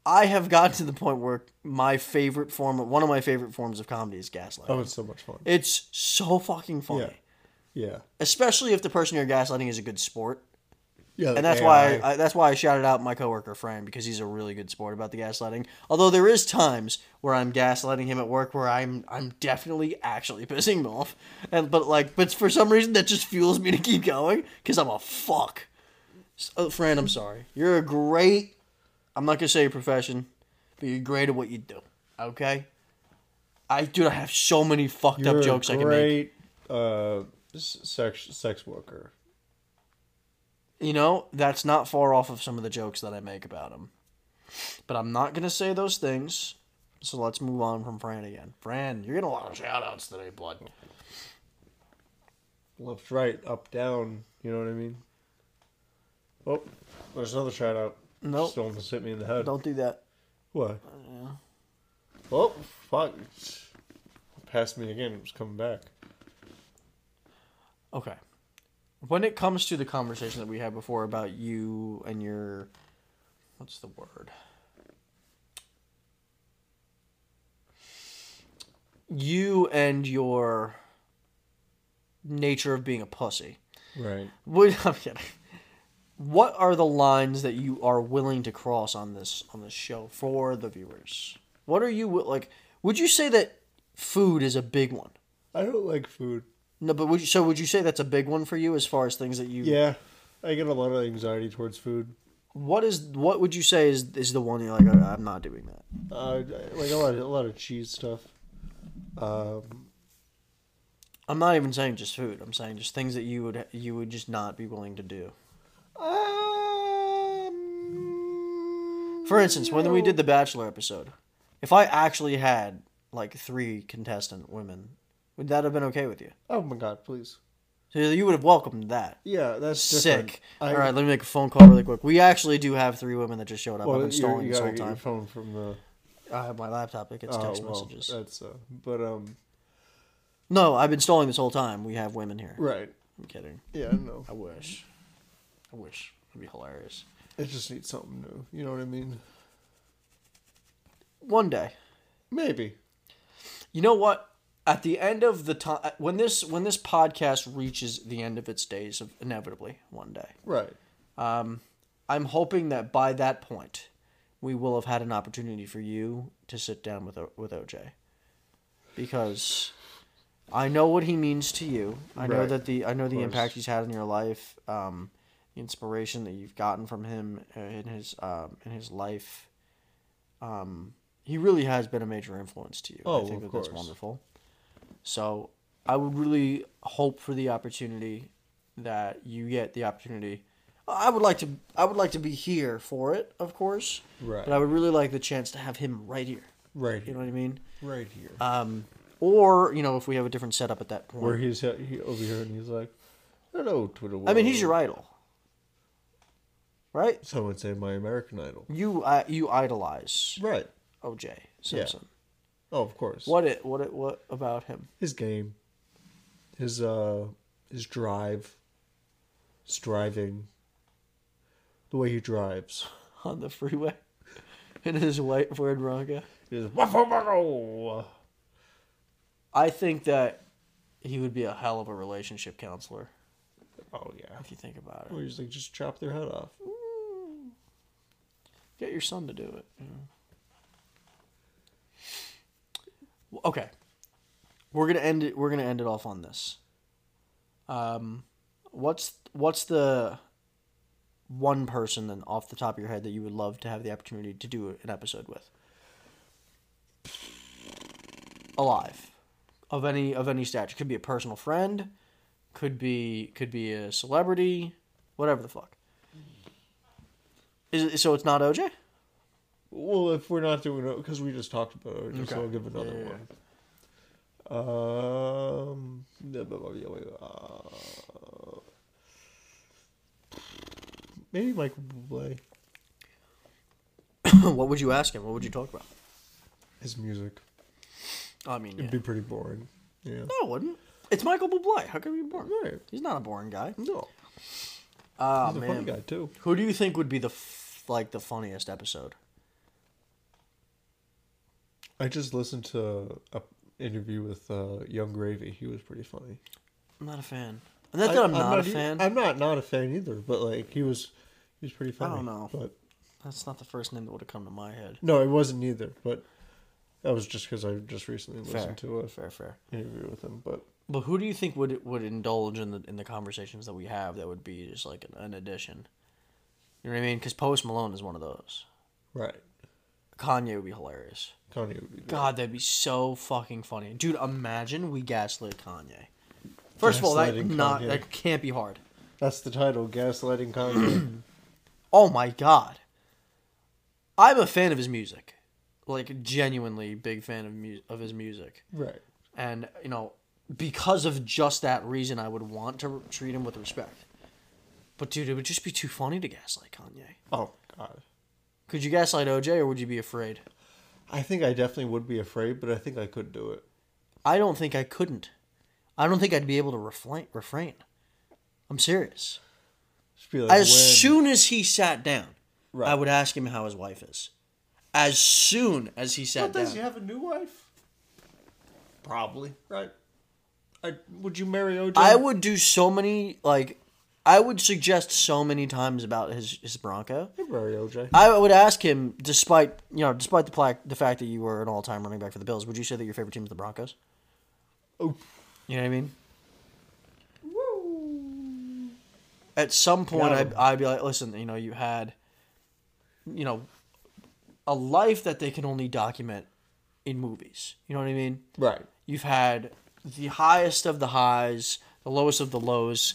A: I have gotten to the point where my favorite form, one of my favorite forms of comedy is gaslighting.
B: Oh, it's so much fun.
A: It's so fucking funny,
B: Yeah. Yeah.
A: especially if the person you're gaslighting is a good sport.
B: Yeah.
A: And that's why I, that's why I shouted out my coworker Frank because he's a really good sport about the gaslighting. Although there is times where I'm gaslighting him at work where I'm I'm definitely actually pissing him off, and but like but for some reason that just fuels me to keep going because I'm a fuck. So, Fran, I'm sorry. You're a great. I'm not gonna say your profession, but you're great at what you do. Okay. I dude, I have so many fucked
B: You're
A: up jokes
B: a
A: I can make.
B: great, uh, s- sex sex worker.
A: You know, that's not far off of some of the jokes that I make about him. But I'm not going to say those things. So let's move on from Fran again. Fran, you're getting a lot of shout outs today, bud.
B: Left, right, up, down. You know what I mean? Oh, there's another shout out.
A: Nope.
B: Just almost hit me in the head.
A: Don't do that.
B: What? Oh, fuck. Passed me again. It was coming back.
A: Okay. When it comes to the conversation that we had before about you and your. What's the word? You and your nature of being a pussy.
B: Right.
A: Would I'm kidding. What are the lines that you are willing to cross on this on this show for the viewers? What are you wi- like? Would you say that food is a big one?
B: I don't like food.
A: No, but would you, so would you say that's a big one for you as far as things that you?
B: Yeah, I get a lot of anxiety towards food.
A: What is what would you say is is the one you're like "Uh, I'm not doing that?
B: Uh, like a lot, of, a lot of cheese stuff. Um,
A: I'm not even saying just food. I'm saying just things that you would you would just not be willing to do.
B: Um,
A: For instance, when we did the Bachelor episode, if I actually had like three contestant women, would that have been okay with you?
B: oh my god, please.
A: So you would have welcomed that.
B: Yeah, that's different.
A: Sick.
B: I-
A: All right, let me make a phone call really quick. We actually do have three women that just showed up.
B: Well,
A: I've been
B: you-
A: stalling
B: you
A: this
B: gotta
A: whole
B: get your
A: time.
B: phone from the
A: I have my laptop. It gets
B: oh,
A: text
B: well,
A: messages.
B: That's uh, but um,
A: no, I've been stalling this whole time. We have women here.
B: right.
A: I'm kidding.
B: Yeah, no.
A: I wish. I wish. It'd be hilarious.
B: It just needs something new. You know what I mean?
A: One day.
B: Maybe.
A: You know what? At the end of the time, when this when this podcast reaches the end of its days, of inevitably one day,
B: Right.
A: I'm hoping that by that point, we will have had an opportunity for you to sit down with O- with OJ, because I know what he means to you. I know
B: Right.
A: that the I know the
B: course.
A: impact he's had in your life, um, the inspiration that you've gotten from him uh, in his um, in his life. Um, he really has been a major influence to you.
B: Oh,
A: I think
B: of
A: that that's
B: course.
A: wonderful. So I would really hope for the opportunity that you get the opportunity. I would like to. I would like to be here for it, of course.
B: Right.
A: But I would really like the chance to have him right here.
B: Right.
A: You
B: Here.
A: know what I mean?
B: Right here.
A: Um, or you know, if we have a different setup at that point.
B: Where he's at, he, over here and he's like, hello, Twitter. World.
A: I mean, he's your idol, right?
B: Some would say my American Idol.
A: You uh, you idolize
B: Right.
A: OJ Simpson.
B: Oh, of course.
A: What it what it what about him?
B: his game, his uh, his drive, his driving, the way he drives.
A: on the freeway in his white Ford Bronco.
B: He's waffle waffle.
A: I think that he would be a hell of a relationship counselor
B: Oh yeah.
A: if you think about
B: Well,
A: it.
B: he's like just chop their head off.
A: Get your son to do it. you know. Well, Okay, we're gonna end it. We're gonna end it off on this. Um, what's what's the one person then off the top of your head that you would love to have the opportunity to do an episode with? Alive, of any of any stature, could be a personal friend, could be could be a celebrity, whatever the fuck. Is it, so it's not OJ.
B: Well, if we're not doing it, because we just talked about it,
A: Okay.
B: so I'll give another
A: Yeah, yeah,
B: one. Um, blah, blah, blah, blah, blah. maybe Michael Bublé.
A: what would you ask him? What would you talk about?
B: His music.
A: I mean,
B: It'd
A: yeah.
B: be pretty boring. Yeah.
A: no, it wouldn't. It's Michael Bublé. How can he be boring?
B: Right.
A: He's not a boring guy.
B: No.
A: Ah
B: He's a funny
A: Oh, man,
B: guy too.
A: who do you think would be the f- like the funniest episode?
B: I just listened to a interview with uh, Young Gravy. He was pretty funny.
A: I'm not a fan. And that's that I'm, not, a
B: e-
A: fan.
B: I'm not not a fan either, but like he was, he was pretty funny.
A: don't know.
B: but
A: that's not the first name that would have come to my head.
B: no, it wasn't either. But that was just because I just recently
A: Fair,
B: listened to a
A: fair, fair.
B: interview with him. But
A: But who do you think would would indulge in the in the conversations that we have? That would be just like an, an addition. You know what I mean? Because Post Malone is one of those.
B: right,
A: Kanye would be hilarious.
B: Kanye would be. there.
A: God, that'd be so fucking funny, dude. Imagine we gaslit Kanye. First of all, that
B: Gaslighting
A: not
B: Kanye.
A: that can't be hard.
B: That's the title, gaslighting Kanye.
A: Oh my god. I'm a fan of his music. Like genuinely big fan of mu- of his music.
B: right.
A: And you know, because of just that reason I would want to re- treat him with respect. But dude, it would just be too funny to gaslight Kanye.
B: Oh God.
A: Could you gaslight OJ or would you be afraid?
B: I think I definitely would be afraid, but I think I could do it.
A: I don't think I couldn't. I don't think I'd be able to refrain. refrain. I'm serious.
B: Just be like,
A: As
B: when-
A: soon as he sat down, I
B: Right.
A: would ask him how his wife is. As soon as he sat
B: But does
A: down.
B: he have a new wife? Probably, right? I, would you marry OJ?
A: I would do so many like I would suggest so many times about his his Bronco.
B: I'd marry OJ.
A: I would ask him, despite you know, despite the plaque, the fact that you were an all time running back for the Bills, would you say that your favorite team is the Broncos?
B: Oh.
A: You know what I mean? At some point,
B: Got
A: I'd, I'd be like, listen, you know, you had, you know, a life that they can only document in movies. You know what I mean?
B: Right.
A: you've had the highest of the highs, the lowest of the lows,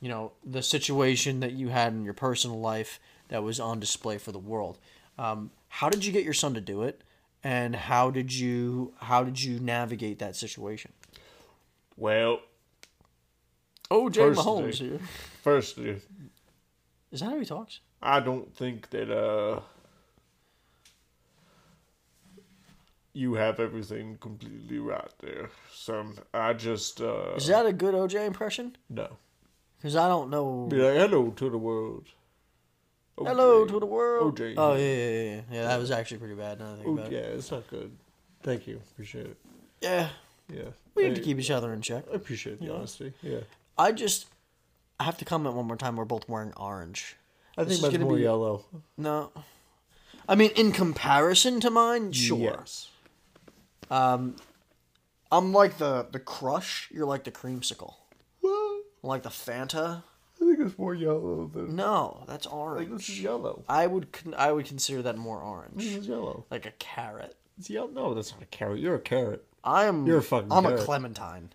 A: you know, the situation that you had in your personal life that was on display for the world. Um, how did you get your son to do it? And how did you how did you navigate that situation?
B: Well,
A: OJ
B: First
A: Mahomes
B: thing.
A: here.
B: first,
A: Is that how he talks?
B: I don't think that uh, you have everything completely right there. Some I just uh,
A: Is that a good OJ impression?
B: no.
A: Because I don't know.
B: Be like, hello to the world. OJ.
A: Hello to the world.
B: OJ.
A: Oh yeah, yeah, yeah, yeah. Yeah, that was actually pretty bad. Now that I think
B: Oh,
A: about
B: yeah,
A: it.
B: it's not good. Thank you. Appreciate it.
A: Yeah,
B: Yeah.
A: we need
B: I-
A: to keep each other in check.
B: I appreciate the honesty. Yeah.
A: I just I have to comment one more time. We're both wearing orange.
B: I
A: This
B: think
A: is
B: mine's
A: gonna
B: more
A: be-
B: yellow.
A: No, I mean in comparison to mine, sure.
B: Yes.
A: I'm like the the crush. You're like the creamsicle. I'm like the Fanta.
B: I think it's more yellow than.
A: No, that's
B: I think this
A: orange.
B: is yellow.
A: I would con- I would consider that more
B: This
A: orange,
B: is yellow.
A: like a carrot.
B: It's yellow. No, that's not a carrot. You're a carrot.
A: I'm
B: You're a fucking
A: I'm a
B: carrot.
A: clementine.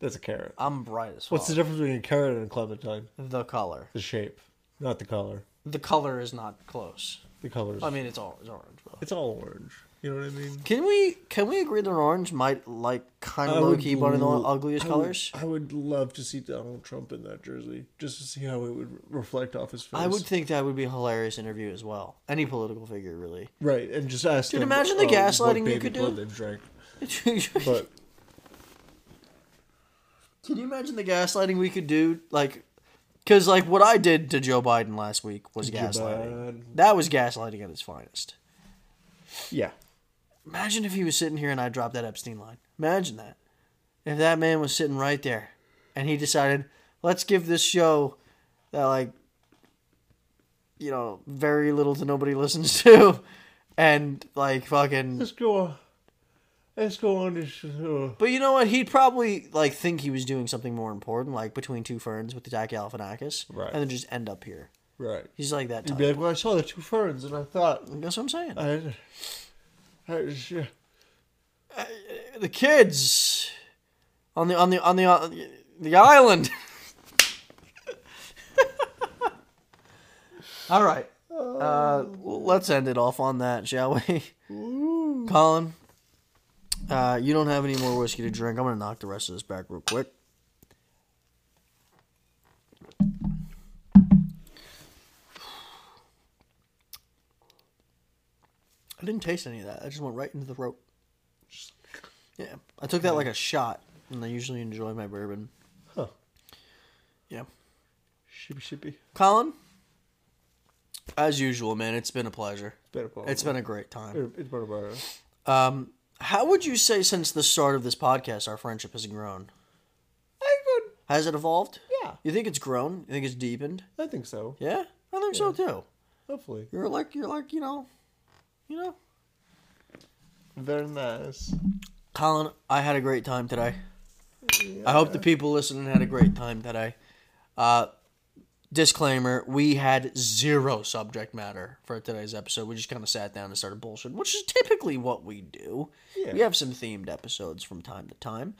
B: That's a carrot.
A: I'm bright as fuck.
B: What's the difference between a carrot and a clementine?
A: the color?
B: The shape, not the color.
A: The color is not close.
B: The colors.
A: I mean, it's all it's orange. But.
B: it's all orange. You know what I mean?
A: Can we can we agree that orange might like kind
B: I
A: of low
B: would
A: key one of the
B: l-
A: ugliest
B: I would-
A: colors?
B: I would love to see Donald Trump in that jersey, just to see how it would reflect off his face.
A: I would think that would be a hilarious interview as well. Any political figure, really.
B: right, and just ask.
A: Dude,
B: them,
A: imagine the
B: uh,
A: gaslighting
B: what
A: you
B: baby
A: could do.
B: blood They've drank.
A: Can
B: But
A: you imagine the gaslighting we could do? Like, because like what I did to Joe Biden last week was
B: Joe
A: gaslighting.
B: Biden.
A: That was gaslighting at its finest.
B: yeah,
A: Imagine if he was sitting here and I dropped that Epstein line. Imagine that. If that man was sitting right there, and he decided, let's give this show that like, you know, very little to nobody listens to, and like fucking
B: let's go. on- Let's go on this. Uh,
A: But you know what? He'd probably like think he was doing something more important, like between two ferns with the Dak Galifianakis,
B: Right.
A: and then just end up here.
B: right.
A: He's like that
B: You'd
A: type.
B: be like, well, I saw the two ferns, and I thought,
A: That's what I'm saying.
B: I, I, sh-
A: the kids on the on the on the on the island. all right, uh, let's end it off on that, shall we? Colin, uh, you don't have any more whiskey to drink. I'm gonna knock the rest of this back real quick. I didn't taste any of that. I just went right into the throat. Yeah, I took that like a shot, and I usually enjoy my bourbon.
B: huh,
A: Yeah,
B: shippy shippy.
A: Colin. As usual, man, it's been a pleasure.
B: Better ball.
A: It's been a great time.
B: It's been a bar.
A: Um, how would you say since the start of this podcast, our friendship has grown?
D: I would.
A: Has it evolved?
D: Yeah,
A: You think it's grown? You think it's deepened?
D: I think so.
A: Yeah, I think so too.
D: Hopefully,
A: You're like you're like you know, you know.
D: very nice.
A: Colin, I had a great time today. I hope the people listening had a great time today. Uh, disclaimer: We had zero subject matter for today's episode. We just kind of sat down and started bullshit, which is typically what we do. We have some themed episodes from time to time,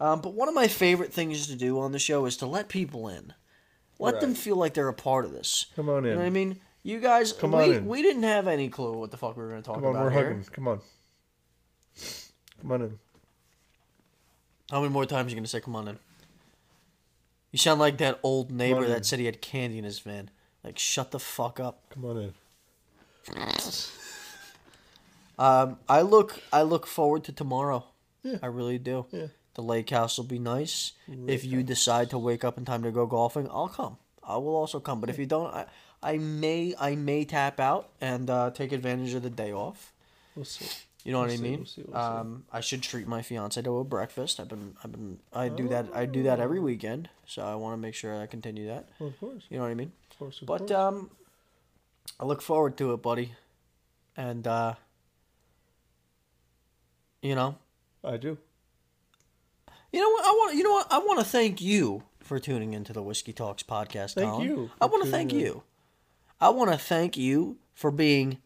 A: um, but one of my favorite things to do on the show is to let people in, let them feel like they're a part of this.
B: Come on
A: You know what I
B: in.
A: mean? You guys,
B: Come
A: we,
B: on in.
A: we didn't have any clue what the fuck we were going to talk
B: Come on,
A: about
B: we're
A: here.
B: hugging. Come on. Come on in.
A: How many more times are you gonna say "Come on in"? You sound like that old neighbor
B: on
A: that
B: in.
A: said he had candy in his van. Like, shut the fuck up.
B: Come on in.
A: Um, I look, I look forward to tomorrow.
B: Yeah.
A: I really do.
B: Yeah.
A: The lake house will be nice. if you decide to wake up in time to go golfing, I'll come. I will also come. But if you don't, I, I may, I may tap out and uh, take advantage of the day off.
B: We'll see.
A: You know what
B: We'll
A: I
B: see,
A: mean?
B: we'll see, we'll see.
A: um, I should treat my fiance to a breakfast. I've been, I've been, I
B: Oh,
A: do that, I do that every weekend. So I want to make sure I continue that.
B: Well, of course.
A: You know what I mean?
B: Of course. Of
A: But
B: course.
A: um, I look forward to it, buddy. And uh, you know,
B: I do.
A: you know what I want. You know what I want to thank you for tuning into the Whiskey Talks podcast.
B: Thank
A: Colin.
B: you
A: I
B: for
A: want to thank
B: tuning in.
A: you. I want to thank you for being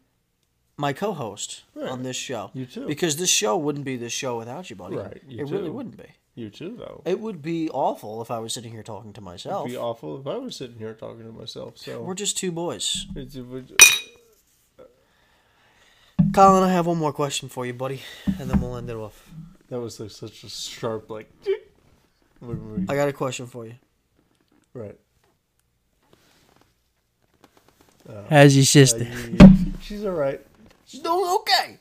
A: my co-host on this show.
B: You too.
A: Because this show wouldn't be this show without you, buddy.
B: Right, you
A: it really
B: too.
A: wouldn't be.
B: You too, though.
A: It would be awful if I was sitting here talking to myself.
B: It'd be awful if I was sitting here talking to myself. So
A: We're just two boys.
B: It's- it would-
A: Colin, I have one more question for you, buddy, and then we'll end it off.
B: that was like such a sharp like. What were we-
A: I got a question for you.
B: Right.
A: How's your
B: Uh,
A: sister?
B: you- she's all right.
A: She's doing Oh, okay.